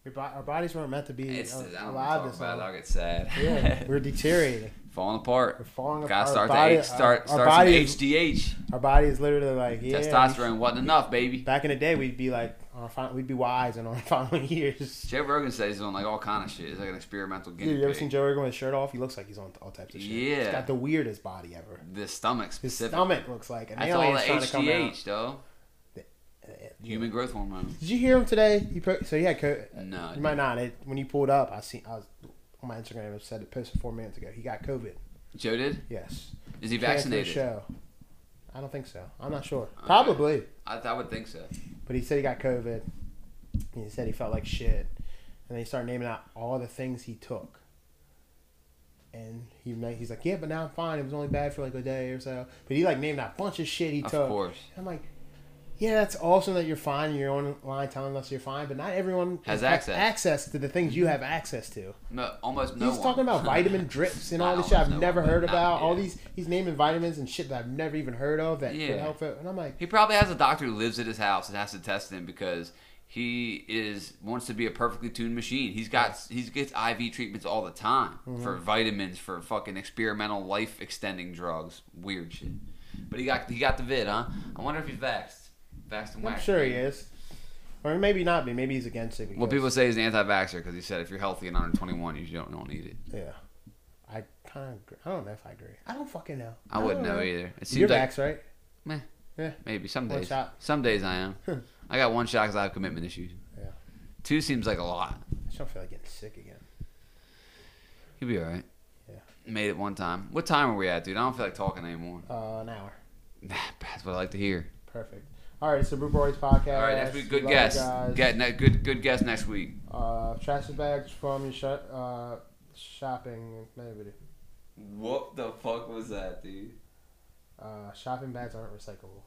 Your bo- Our bodies weren't meant to be
It's,
uh,
I don't
alive
want to
this
talk about it. I'll
long.
get sad.
<laughs> Yeah, we're deteriorating.
<laughs> falling apart.
We're falling
Gotta
apart.
start
Our body- uh,
the H, start
our- our
start some
body is-
HDH.
Our body is literally like yeah. we-
Testosterone wasn't enough, baby.
Back in the day, we'd be like, on our final, we'd be wise in our <laughs> final years.
Joe Rogan says he's on like all kind of shit. It's like an experimental
Yeah,
guinea
you ever
pig.
seen Joe Rogan with his shirt off? He looks like he's on all types of shit. He's
Yeah.
got the weirdest body ever.
the stomach
His
specific.
stomach looks like an
That's all
alien's
the
trying to come out.
HDH, though. Human growth hormone.
Did you hear him today? You pro- so he had co-
No, I
Uh, you might not. It, when you pulled up, I seen I was on my Instagram. It said it posted four minutes ago. He got COVID.
Joe did.
Yes.
Is he
Can't do a
vaccinated?
Show. I don't think so. I'm not sure. Probably,
I, I would think so.
but he said he got COVID. And he said he felt like shit, and then he started naming out all the things he took. And he made, he's like, yeah, but now I'm fine. It was only bad for like a day or so. But he like named out a bunch of shit he
Of
took.
course.
I'm like, yeah, that's awesome that you're fine. and You're online telling us you're fine, but not everyone
Has access.
access to the things you have access to.
No, almost no
he's
one.
talking
<laughs>
about vitamin drips and
Not
all this shit I've
almost no
never
one, but
heard
not-
about. All
yeah.
these he's naming vitamins and shit that I've never even heard of that
Yeah.
could help it. And I'm like,
He probably has a doctor who lives at his house and has to test him because he is wants to be a perfectly tuned machine. He's got he gets IV treatments all the time
Mm-hmm.
for vitamins, for fucking experimental life extending drugs, weird shit. But he got he got the vid, huh? I wonder if he's vaxxed, vaxxed and
I'm
waxed.
sure he is, or maybe not. But maybe he's against it. Because,
Well, people say he's an anti-vaxxer because he said if you're healthy and under 21, you don't, don't need it.
yeah. I kind of I don't know if I agree. I don't fucking know.
I wouldn't
don't
know either. It
Oh, You're
seems like
vaxxed, right?
meh,
Yeah.
maybe some
One
days.
shot.
Some days
<laughs>
I am. I got one shot because I have commitment issues.
Yeah.
Two seems like a lot.
I just don't feel like getting sick again.
He'll be all right.
Yeah.
Made it one time. What time are we at, dude? I don't feel like talking anymore. <sighs>
Uh, an hour.
That's what I like to hear.
Perfect. All right, so Brew Boys podcast.
All right, next week, good
Love you
guess.
guys.
Get ne- good, good guess next week.
Uh, trash the bags from your shop, uh, shopping. Maybe
What the fuck was that, dude?
uh, shopping bags aren't recyclable.